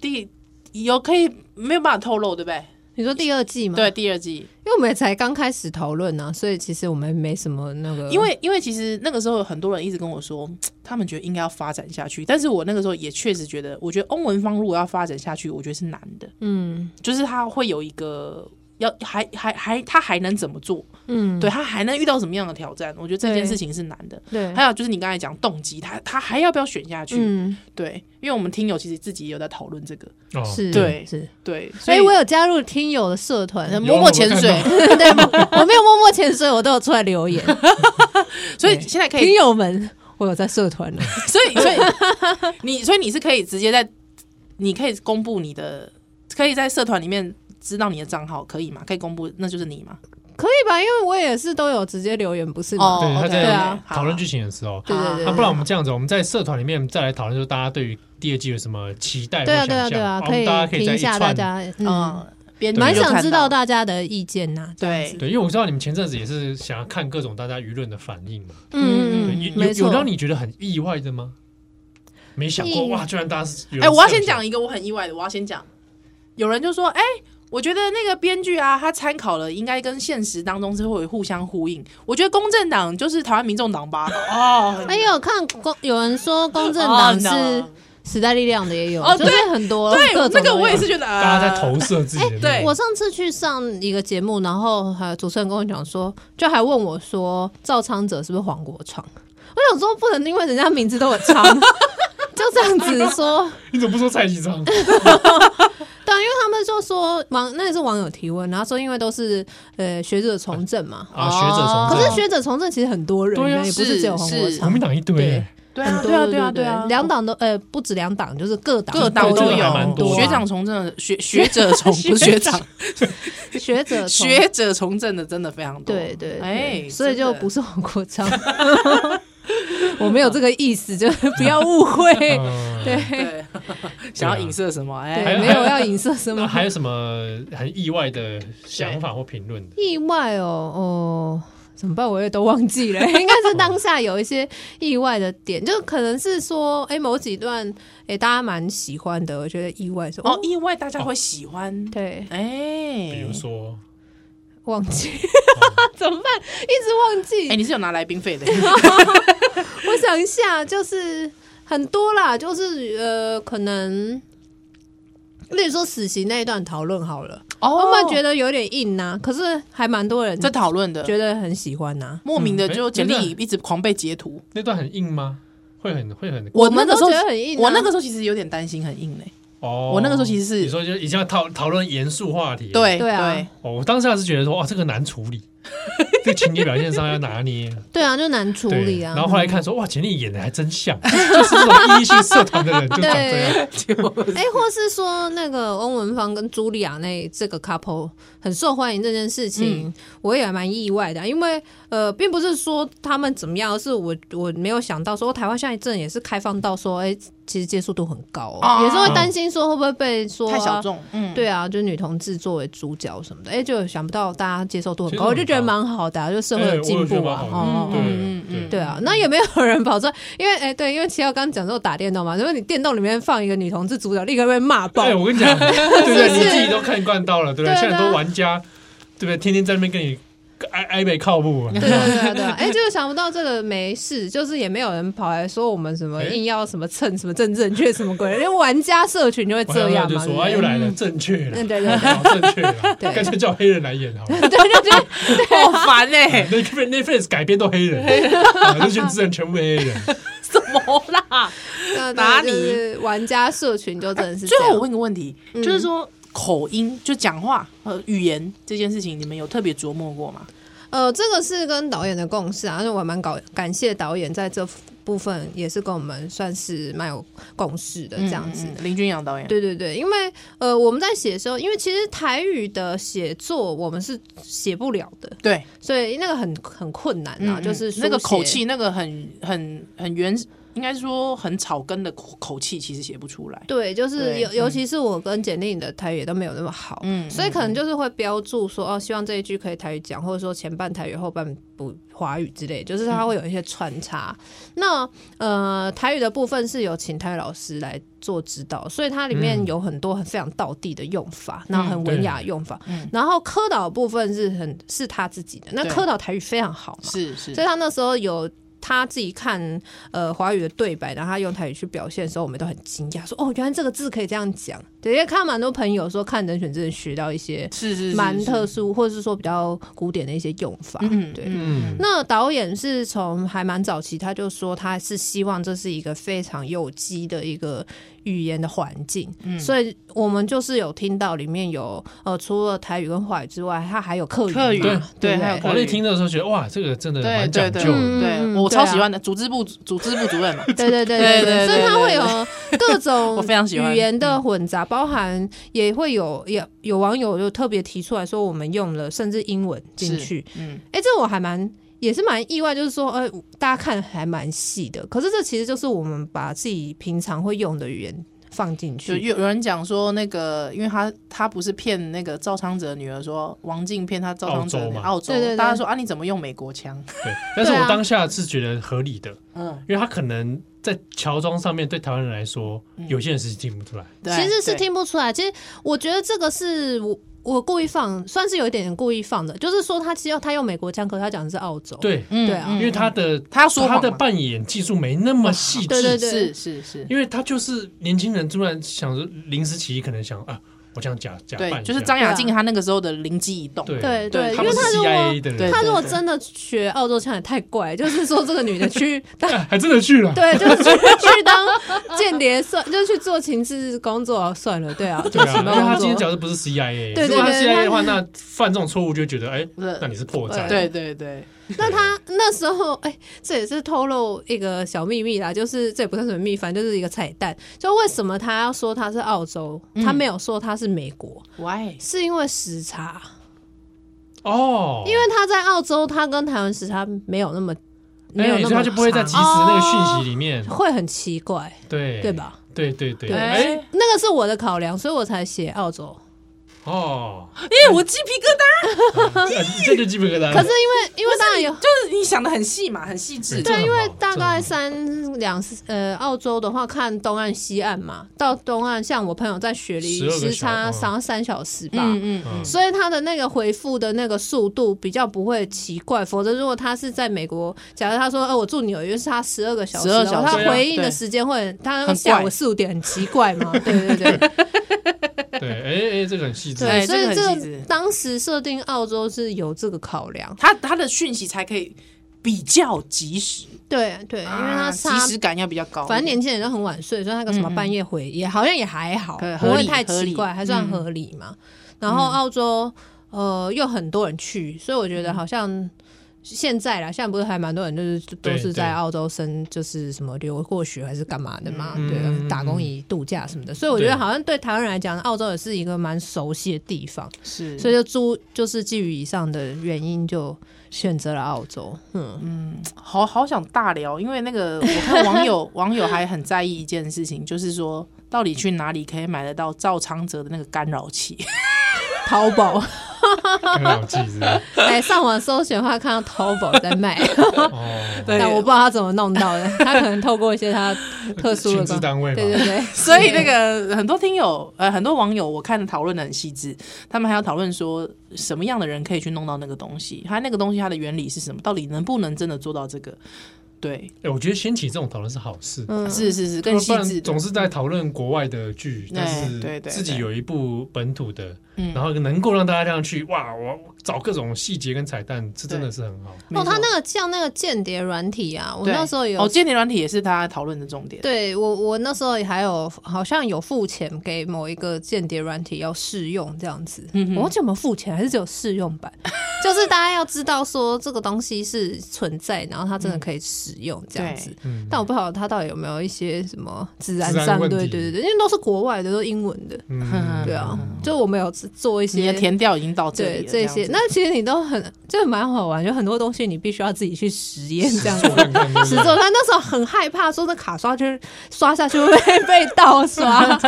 Speaker 3: 第有可以没有办法透露，对不对？
Speaker 1: 你说第二季嘛，
Speaker 3: 对，，第二季，
Speaker 1: 因为我们也才刚开始讨论呢，所以其实我们没什么那个，
Speaker 3: 因为因为其实那个时候有很多人一直跟我说，他们觉得应该要发展下去，但是我那个时候也确实觉得，我觉得翁文芳如果要发展下去，我觉得是难的，
Speaker 1: 嗯
Speaker 3: 就是他会有一个。要还还还他还能怎么做？
Speaker 1: 嗯，
Speaker 3: 对他还能遇到什么样的挑战？我觉得这件
Speaker 1: 对
Speaker 3: 事情是难的。
Speaker 1: 对，
Speaker 3: 还有就是你刚才讲动机，他他还要不要选下去？
Speaker 1: 嗯
Speaker 3: 对，因为我们听友其实自己也有在讨论这个。
Speaker 2: 哦，
Speaker 1: 是，
Speaker 3: 对
Speaker 1: 是。
Speaker 3: 对，所
Speaker 1: 所以
Speaker 3: 以
Speaker 1: 哎我有加入听友的社团，
Speaker 3: 呃默默潜水，
Speaker 1: [laughs] 对，我没有默默潜水，我都有出来留言。
Speaker 3: 所以
Speaker 1: 对
Speaker 3: 现在 [laughs] 可以
Speaker 1: 听友们，我有在社团啊
Speaker 3: [laughs]
Speaker 1: 呢。
Speaker 3: 所以，所以你，所以你是可以直接在，你可以公布你的，可以在社团里面知道你的账号，可以吗？可以公布，那就是你吗？
Speaker 1: 可以吧？因为我也是都有直接留言，不是吗？
Speaker 3: 哦
Speaker 2: 对，他
Speaker 3: OK，
Speaker 1: 对
Speaker 2: 在
Speaker 1: 啊
Speaker 2: 讨论剧情的时候，
Speaker 1: 对对
Speaker 2: 啊
Speaker 1: 对，
Speaker 2: 那、不然我们这样子，我们在社团里面再来讨论，就是大家对于第二季有什么期待或
Speaker 1: 对啊
Speaker 2: 想
Speaker 1: 对啊
Speaker 2: 象，
Speaker 1: 对啊，
Speaker 2: 好
Speaker 1: 可
Speaker 2: 我们大家可以
Speaker 1: 评
Speaker 2: 再
Speaker 1: 一
Speaker 2: 一
Speaker 1: 下大
Speaker 2: 串。
Speaker 1: 家，嗯，
Speaker 3: 嗯，编辑
Speaker 1: 蛮
Speaker 3: 就看
Speaker 1: 想知道大家的意见呐。
Speaker 3: 对，
Speaker 2: 对，因为我知道你们前阵子也是想要看各种大家舆论的反应嘛，对
Speaker 1: 嗯嗯
Speaker 2: 有
Speaker 1: 嗯，没
Speaker 2: 有有
Speaker 1: 错。
Speaker 2: 让你觉得很意外的吗？没想过
Speaker 1: 意
Speaker 2: 哇，居然大家是有人
Speaker 3: 哎，我要
Speaker 2: 这
Speaker 3: 先
Speaker 2: 样
Speaker 3: 讲一个我很意外的，我要先讲，有人就说，哎，我觉得那个编剧啊，他参考了应该跟现实当中是会有互相呼应。我觉得公正党就是台湾民众党吧？哦，
Speaker 1: 哎，有看公有人说公正党是
Speaker 3: 哦
Speaker 1: 时代力量的也有，
Speaker 3: 哦
Speaker 1: 就是
Speaker 3: 对
Speaker 1: 很多
Speaker 3: 对
Speaker 1: 各，种
Speaker 3: 那
Speaker 1: 都
Speaker 3: 个
Speaker 1: 有
Speaker 3: 我也是觉得，
Speaker 2: 大
Speaker 3: 大
Speaker 2: 家在投射自己的那个、
Speaker 3: 哎对
Speaker 1: 我上次去上一个节目，然后还主持人跟我讲说，就还问我说赵昌哲是不是黄国昌？我想说不能因为人家名字都有昌， [laughs] 就这样子说。
Speaker 2: 你怎么不说蔡其
Speaker 1: [laughs]
Speaker 2: 昌？
Speaker 1: 哦对，因为他们就说网那也是网友提问，然后说因为都是呃学者从政嘛，
Speaker 2: 啊，学者从
Speaker 1: 可
Speaker 2: 政，
Speaker 1: 是学者从政其实很多人，
Speaker 2: 对啊
Speaker 1: 也不是只有黄国
Speaker 3: 哦是
Speaker 2: 国
Speaker 1: 昌
Speaker 2: 民。党一堆、
Speaker 1: 对
Speaker 3: 对
Speaker 1: 很
Speaker 3: 啊，
Speaker 1: 多
Speaker 3: 对啊，对啊，对
Speaker 1: 不
Speaker 3: 啊，
Speaker 1: 两党都呃不止两党，就是各党
Speaker 3: 各党
Speaker 2: 对
Speaker 3: 都
Speaker 2: 这个还蛮
Speaker 3: 有
Speaker 2: 多啊
Speaker 3: 学长从政的学学者从不是学长
Speaker 1: 学者
Speaker 3: [laughs]
Speaker 1: 从
Speaker 3: 学者从政的真的非常多。
Speaker 1: 对对，
Speaker 3: 哎
Speaker 1: 哎，所以
Speaker 3: 真的
Speaker 1: 就不是黄
Speaker 3: [laughs]
Speaker 1: 国昌，我没有这个意思，
Speaker 2: [laughs]
Speaker 1: 就是不要误会。
Speaker 2: 嗯
Speaker 1: 对，
Speaker 3: 对， [laughs] 想要影射什么？哎，
Speaker 1: 对，没啊有要影射什
Speaker 2: 那
Speaker 1: 么。
Speaker 2: 还有什么很意外的想法或评论的？
Speaker 1: 意外哦哦，怎么办？我也都忘记了， [laughs] 应该是当下有一些意外的点，就可能是说，哎，某几段，哎，大家蛮喜欢的，我觉得意外说，
Speaker 3: 哦
Speaker 1: 哦，，
Speaker 3: 意外大家会喜欢。
Speaker 1: 对，
Speaker 3: 哎，
Speaker 2: 比如说，
Speaker 1: 忘记，
Speaker 2: 哦
Speaker 1: [laughs] 怎么办？一直忘记。
Speaker 3: 哎，你是有拿来宾
Speaker 1: [laughs]
Speaker 3: 费的，
Speaker 1: 我想一下，就是很多啦，就是呃，可能，例如说死刑那一段讨论好了，
Speaker 3: 哦
Speaker 1: 他们觉得有点硬呐、可是还蛮多人
Speaker 3: 在讨论的，
Speaker 1: 觉得很喜欢啊呐、
Speaker 3: 莫名的
Speaker 2: 嗯哎
Speaker 3: 就简
Speaker 2: 真
Speaker 3: 历
Speaker 2: 的
Speaker 3: 一直狂被截图。
Speaker 2: 那段很硬吗？会很会很
Speaker 1: 我
Speaker 3: 那
Speaker 1: 们
Speaker 3: 个
Speaker 1: 都
Speaker 3: 时候
Speaker 1: 觉得很硬啊
Speaker 3: 我那个时候其实有点担心，很硬嘞。
Speaker 2: 哦。
Speaker 3: 我那个时候其实是
Speaker 2: 你说就已经要讨讨论严肃话题了，
Speaker 3: 对
Speaker 1: 对啊
Speaker 2: 哦，我当下是觉得说哇，这个难处
Speaker 1: [laughs]
Speaker 2: 理，这个情节表现上要拿捏，
Speaker 1: 对啊，就难处
Speaker 2: 对。
Speaker 1: 理啊。
Speaker 2: 然后后来看说哇，简历演的还真
Speaker 1: [laughs]
Speaker 2: 像，就是那种异性社团的人就
Speaker 1: 对，
Speaker 2: 长这样。
Speaker 1: 哎、
Speaker 3: 结果
Speaker 1: 或是说那个翁文芳跟茱莉亚那这个 couple 很受欢迎这件事情，
Speaker 2: 嗯
Speaker 1: 我也蛮意外的啊，因为呃，并不是说他们怎么样，而是我我没有想到说哦台湾现在真的也是开放到说，哎、其实接受度很高、哦，
Speaker 3: 啊
Speaker 1: 也是会担心说会不会被说、
Speaker 3: 太小。众，嗯，
Speaker 1: 啊对啊，就是女同志作为主角什么的，哎、就想不到大家接受度很
Speaker 2: 接
Speaker 1: 高，
Speaker 2: 受度
Speaker 1: 我
Speaker 2: 很
Speaker 1: 就觉得蛮好的、啊，就社会
Speaker 2: 哎
Speaker 1: 有进步
Speaker 2: 我也觉得
Speaker 1: 啊，
Speaker 2: 蛮好的
Speaker 1: 哦，
Speaker 3: 嗯
Speaker 1: 哦
Speaker 3: 嗯嗯
Speaker 2: 对
Speaker 1: 对啊，那也没有人跑出来， [laughs] 因为哎、对，因为七号刚刚讲说打电动嘛，如果你电动里面放一个女同志主角，立刻被骂爆。
Speaker 2: 哎，我跟你讲，对不对？
Speaker 1: 是不是
Speaker 2: 你自己都看惯到了，对不
Speaker 1: 对
Speaker 2: 对？
Speaker 1: 啊
Speaker 2: 现在很多玩家，对不对？天天在那边跟你挨挨背靠步啊，
Speaker 1: 对对对对对，哎、就是想不到这个没事，就是也没有人跑来说我们什么
Speaker 2: 哎
Speaker 1: 硬要什么蹭什么正正确什么鬼，因为玩家社群就会
Speaker 2: 玩家
Speaker 1: 这样
Speaker 2: 就
Speaker 1: 嘛。
Speaker 2: 说啊，又
Speaker 1: 对
Speaker 2: 啊来了，正确了，
Speaker 1: 嗯对对对
Speaker 2: 好正确了，
Speaker 1: [laughs] 对
Speaker 2: 干脆叫黑人来演好了。
Speaker 1: [laughs] 不对对对对，
Speaker 3: [laughs] 好烦
Speaker 1: [laughs]
Speaker 3: 哎，
Speaker 2: 那 Netflix 改编都黑人，啊那选之人全部黑人，
Speaker 3: 什么啦？
Speaker 1: 对
Speaker 3: 哪里
Speaker 1: 就是玩家社群就真的是这
Speaker 3: 最哎后我
Speaker 1: 样。
Speaker 3: 问个问题，
Speaker 1: 嗯
Speaker 3: 就是说口音，就讲话呃语言这件事情，你们有特别琢磨过吗？
Speaker 1: 呃，这个是跟导演的共识啊，而且我还蛮感感谢导演在这部分也是跟我们算是蛮有共识呃的这样子。
Speaker 3: 嗯，嗯嗯林君阳导演，
Speaker 1: 对对对，因为呃，我们在写的时候，因为其实台语的写作我们是写不了的，
Speaker 3: 对，
Speaker 1: 所以那个很很困难啊，
Speaker 3: 嗯
Speaker 1: 就是
Speaker 3: 嗯
Speaker 1: 书
Speaker 3: 那个
Speaker 1: 写
Speaker 3: 口。气，那个很很很原，应该说很草根的口口气，其实写不出来。
Speaker 1: 对，就是
Speaker 3: 对
Speaker 1: 尤尤其是我跟简历的台语也都没有那么好，
Speaker 3: 嗯
Speaker 1: 所以可能就是会标注说哦，希望这一句可以台语讲，或者说前半台语后半不华语之类，就是它会有一些穿插。那呃，台语的部分是有请台语老师来做指导，所以它里面
Speaker 2: 嗯
Speaker 1: 有很多很非常道地的用法，然后很
Speaker 2: 对
Speaker 1: 文雅的用法。
Speaker 3: 嗯
Speaker 1: 然后科导的部分是很是他自己的，那
Speaker 3: 对
Speaker 1: 科导台语非常好嘛，
Speaker 3: 是是
Speaker 1: 所以他那时候有他自己看呃华语的对白，然后他用台语去表现的时候，我们都很惊讶，说哦，原来这个字可以这样讲。对，因为看到蛮多朋友说看人选真的学到一些
Speaker 3: 是是
Speaker 1: 蛮特
Speaker 3: 殊，
Speaker 1: 殊，或者是说比较古典的一些用法。
Speaker 3: 嗯
Speaker 1: 对。
Speaker 2: 嗯，
Speaker 1: 那导演是从还蛮早期，他就说他是希望这是一个非常有机的一个语言的环境，
Speaker 3: 嗯
Speaker 1: 所以我们就是有听到里面有呃，除了台语跟华语之外，它还有客语嘛，
Speaker 3: 客语
Speaker 2: 对
Speaker 3: 对
Speaker 1: 对不
Speaker 3: 还有
Speaker 2: 我那听的时候觉得哇，这个真的
Speaker 3: 对
Speaker 2: 蛮
Speaker 3: 对
Speaker 2: 讲
Speaker 3: 对
Speaker 2: 究的，
Speaker 3: 对，
Speaker 1: 嗯
Speaker 3: 我
Speaker 1: 对啊
Speaker 3: 超喜欢的组织部组织部主任嘛，
Speaker 1: 对对
Speaker 3: 对
Speaker 1: 对
Speaker 3: 对对
Speaker 1: 对，所以它会有各
Speaker 3: 我
Speaker 1: 种
Speaker 3: 非常喜欢
Speaker 1: 语言的混杂，包含也会有也有网友就特别提出来说，我们用了甚至英文 [laughs] 进去，
Speaker 3: 嗯，
Speaker 1: 哎，这我还蛮。也是蛮意外，就是说，呃，大家看还蛮细的，可是这其实就是我们把自己平常会用的语言放进
Speaker 3: 就
Speaker 1: 去，
Speaker 3: 有有人讲说那个，因为他他不是骗那个赵昌哲的女儿说王静骗他赵昌哲的女儿澳
Speaker 1: 澳洲嘛对对对
Speaker 3: 大家说啊你怎么用美国腔？
Speaker 2: 对。但是
Speaker 1: 对
Speaker 2: 我
Speaker 1: 啊
Speaker 2: 当下是觉得合理的，
Speaker 3: 嗯，
Speaker 2: 因为他可能在乔装上面对台湾
Speaker 1: 嗯哦
Speaker 2: 人来说，有些人是听不出来，
Speaker 3: 对
Speaker 1: 其实是
Speaker 3: 对
Speaker 1: 听不出来。其实我觉得这个是我我故意放，算是有一点点故意放的，就是说他其实他用美国腔，可是他讲的是澳洲，
Speaker 2: 对，
Speaker 3: 嗯
Speaker 1: 对啊
Speaker 3: 嗯
Speaker 2: 因为他的
Speaker 3: 他要说
Speaker 2: 他
Speaker 3: 谎
Speaker 2: 的
Speaker 3: 嘛
Speaker 2: 扮演技术没那么细致，
Speaker 1: 哦对对对
Speaker 3: 是是是，
Speaker 2: 因为他就是年轻人突然想说临时起意，可能想啊，我这样假假扮一下，
Speaker 3: 对，啊就是张雅静她那个时候的灵机一动，
Speaker 2: 对
Speaker 1: 对对，
Speaker 3: 对
Speaker 1: 因
Speaker 2: 他
Speaker 1: 为
Speaker 2: 们是
Speaker 1: 他如果
Speaker 2: CIA 的
Speaker 3: 对
Speaker 2: 人，
Speaker 1: 他如果
Speaker 3: 对
Speaker 1: 真的学澳洲腔也太怪，就是说这个女的去当
Speaker 2: 哎还真的去了，
Speaker 1: 对，就是去去当间谍算，就是去做情治工作算了，对啊，
Speaker 2: 对
Speaker 1: 就什
Speaker 2: 啊，因为
Speaker 1: 么
Speaker 2: 他今
Speaker 1: 工
Speaker 2: 天
Speaker 1: 作。
Speaker 2: 讲的不是 CIA，
Speaker 1: 对对
Speaker 2: 如果他
Speaker 1: 对
Speaker 2: CIA 的话，那犯这种错误就会觉得，哎，
Speaker 3: 对
Speaker 2: 那你是破绽，
Speaker 3: 对啊对对，
Speaker 1: 那他那时候，哎、这也是透露一个小秘密啦，就是这也不算什么秘密，反正就是一个彩蛋。就为什么他要说他是澳洲，他
Speaker 2: 嗯
Speaker 1: 没有说他是美国，
Speaker 3: 喂，
Speaker 1: 是因为时差，
Speaker 2: 哦，
Speaker 1: 因为他在澳洲，他跟台湾时差没有那么没有
Speaker 2: 哎，
Speaker 1: 那
Speaker 2: 所
Speaker 1: 么
Speaker 2: 以
Speaker 1: 长，
Speaker 2: 他就不会在及时那个讯息里面，
Speaker 1: 会很奇怪，
Speaker 2: 对
Speaker 1: 对？吧？
Speaker 2: 对对对，
Speaker 1: 对
Speaker 2: 哎，
Speaker 1: 那个是我的考量，所以我才写澳洲。 [laughs]
Speaker 2: 哦，
Speaker 3: 哎，我鸡皮疙瘩，
Speaker 2: 呃这就基本疙瘩了。
Speaker 1: 可是因为因为当然有
Speaker 3: 就是你想的很细嘛，很细致，
Speaker 2: 对
Speaker 1: 对，因为
Speaker 2: 这很好
Speaker 1: 大
Speaker 2: 这很
Speaker 1: 概
Speaker 2: 好
Speaker 1: 三两呃，澳洲的话看东岸西岸嘛，到东岸像我朋友在雪梨
Speaker 2: 12个
Speaker 1: 时差
Speaker 2: 小时
Speaker 1: 长三小时吧。
Speaker 3: 嗯嗯
Speaker 2: 嗯
Speaker 3: 嗯，
Speaker 1: 所以他的那个回复的那个速度比较不会奇怪，否则如果他是在美国，假如他说呃我住纽约是他十二个小时哦，
Speaker 3: 12小时
Speaker 1: 他
Speaker 2: 对啊
Speaker 1: 回应的
Speaker 3: 对
Speaker 1: 时间会很他
Speaker 3: 很
Speaker 1: 下午
Speaker 3: 怪
Speaker 1: 四五点很奇怪嘛？对对对，
Speaker 2: 对，哎哎，这个很细致，
Speaker 3: 对
Speaker 1: 对，所以
Speaker 3: 这
Speaker 1: 这
Speaker 3: 个很细
Speaker 1: 个
Speaker 3: 致
Speaker 1: 当时设定澳洲是有这个考量，
Speaker 3: 他他的讯息才可以比较及时，
Speaker 1: 对对，因为他
Speaker 3: 啊及
Speaker 1: 差
Speaker 3: 时感要比较高一点，嗯
Speaker 1: 反正年轻人都很晚睡，所以那个什么半夜回也好像也还好，
Speaker 3: 对
Speaker 1: 不
Speaker 3: 合
Speaker 1: 会
Speaker 3: 理
Speaker 1: 太
Speaker 3: 合
Speaker 1: 奇
Speaker 3: 理嗯
Speaker 1: 怪，还算合理嘛。然后澳洲呃又很多人去，所以我觉
Speaker 3: 嗯
Speaker 1: 得好像。现在啦，现在不是还蛮多人就是都
Speaker 2: 对
Speaker 1: 是在
Speaker 2: 对
Speaker 1: 澳洲生，就是什么留过学还是干嘛的嘛，
Speaker 2: 嗯
Speaker 1: 对啊
Speaker 2: 嗯，
Speaker 1: 打工以度假什么的，所以我觉
Speaker 2: 对
Speaker 1: 得好像对台湾人来讲，澳洲也是一个蛮熟悉的地方，
Speaker 3: 是，
Speaker 1: 所以就租就是基于以上的原因，就选择了澳洲。嗯，
Speaker 3: 好好想大聊，因为那个我看网
Speaker 1: [laughs]
Speaker 3: 友网友还很在意一件事情，就是说到底去哪里可以买得到赵昌泽的那个干扰器？ [laughs]
Speaker 1: 淘 [laughs] 宝，
Speaker 2: 很好记，
Speaker 1: [laughs]
Speaker 2: 是吧
Speaker 1: 哎，上网搜寻的话，看到淘宝在卖。
Speaker 2: 哦，
Speaker 3: 对
Speaker 1: 但 [laughs] 我不知道他怎么弄到的，
Speaker 2: [laughs]
Speaker 1: 他可能透过一些他特殊
Speaker 2: 薪
Speaker 1: 的
Speaker 2: 资
Speaker 1: 工，
Speaker 2: 单位嘛，
Speaker 1: 对对对，
Speaker 3: 所以那个很多听友呃很多网友我看讨论的很细致，他们还要讨论说什么样的人可以去弄到那个东西，它那个东西它的原理是什么，到底能不能真的做到这个？对，
Speaker 2: 哎，我觉得掀起这种讨论是好事，
Speaker 1: 嗯，
Speaker 3: 是是是，
Speaker 2: 不
Speaker 3: 更
Speaker 2: 然
Speaker 3: 细致的，
Speaker 2: 总是在讨论国外的剧，但是
Speaker 3: 对对
Speaker 2: 自己
Speaker 3: 对
Speaker 2: 有一部本土的，
Speaker 3: 嗯
Speaker 2: 然后能够让大家这样去哇，我找各种细节跟彩蛋，这真的是很好。
Speaker 3: 没
Speaker 1: 哦，
Speaker 3: 错
Speaker 1: 他那个像那个间谍软体啊，我
Speaker 3: 对
Speaker 1: 那时候有，
Speaker 3: 哦，间谍软体也是他讨论的重点。
Speaker 1: 对我我那时候还有好像有付钱给某一个间谍软体要试用这样子，
Speaker 3: 嗯哼
Speaker 1: 我忘记有没有付钱，还是只有试用版， [laughs] 就是大家要知道说这个东西是存在，然后它真的可以使用这样子。
Speaker 2: 嗯，
Speaker 1: 但我不晓得它到底有没有一些什么自然
Speaker 2: 治安
Speaker 1: 上，
Speaker 2: 问
Speaker 1: 对
Speaker 2: 题
Speaker 1: 对对对，因为都是国外的，都是英文的，
Speaker 2: 嗯
Speaker 1: [laughs] 对啊，就我们有做一
Speaker 3: 你
Speaker 1: 些
Speaker 3: 的填调已经到这里
Speaker 1: 对
Speaker 3: 了，
Speaker 1: 这
Speaker 3: 样
Speaker 1: 些，
Speaker 3: 子
Speaker 1: 那其实你都很，就蛮好玩，就很多东西你必须要自己去实验这样子。
Speaker 2: 看看对不
Speaker 1: 实
Speaker 2: 对
Speaker 3: [laughs]
Speaker 1: 做，他那时候很害怕，说那卡刷就是刷下去会被被盗刷。
Speaker 2: 啊，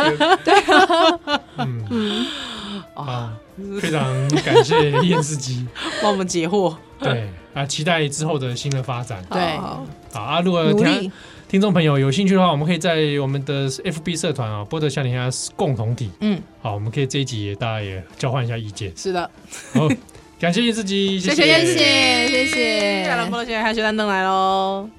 Speaker 2: 非常感谢电视机，
Speaker 3: 帮我们解惑。
Speaker 2: [laughs] 对啊，期待之后的新的发展。
Speaker 3: [laughs] 对
Speaker 1: [laughs] 好
Speaker 2: 好啊，如果
Speaker 1: 努
Speaker 2: 听
Speaker 1: 力，
Speaker 2: 听众朋友有兴趣的话，我们可以在我们的 FB 社团啊，波特夏令家共同体，
Speaker 3: 嗯，
Speaker 2: 好，我们可以这一集也大家也交换一下意见。
Speaker 3: 是的，
Speaker 2: 好，感谢电视机，
Speaker 3: 谢
Speaker 1: 谢谢谢谢。
Speaker 3: 亚兰波罗现在还有修丹灯来喽。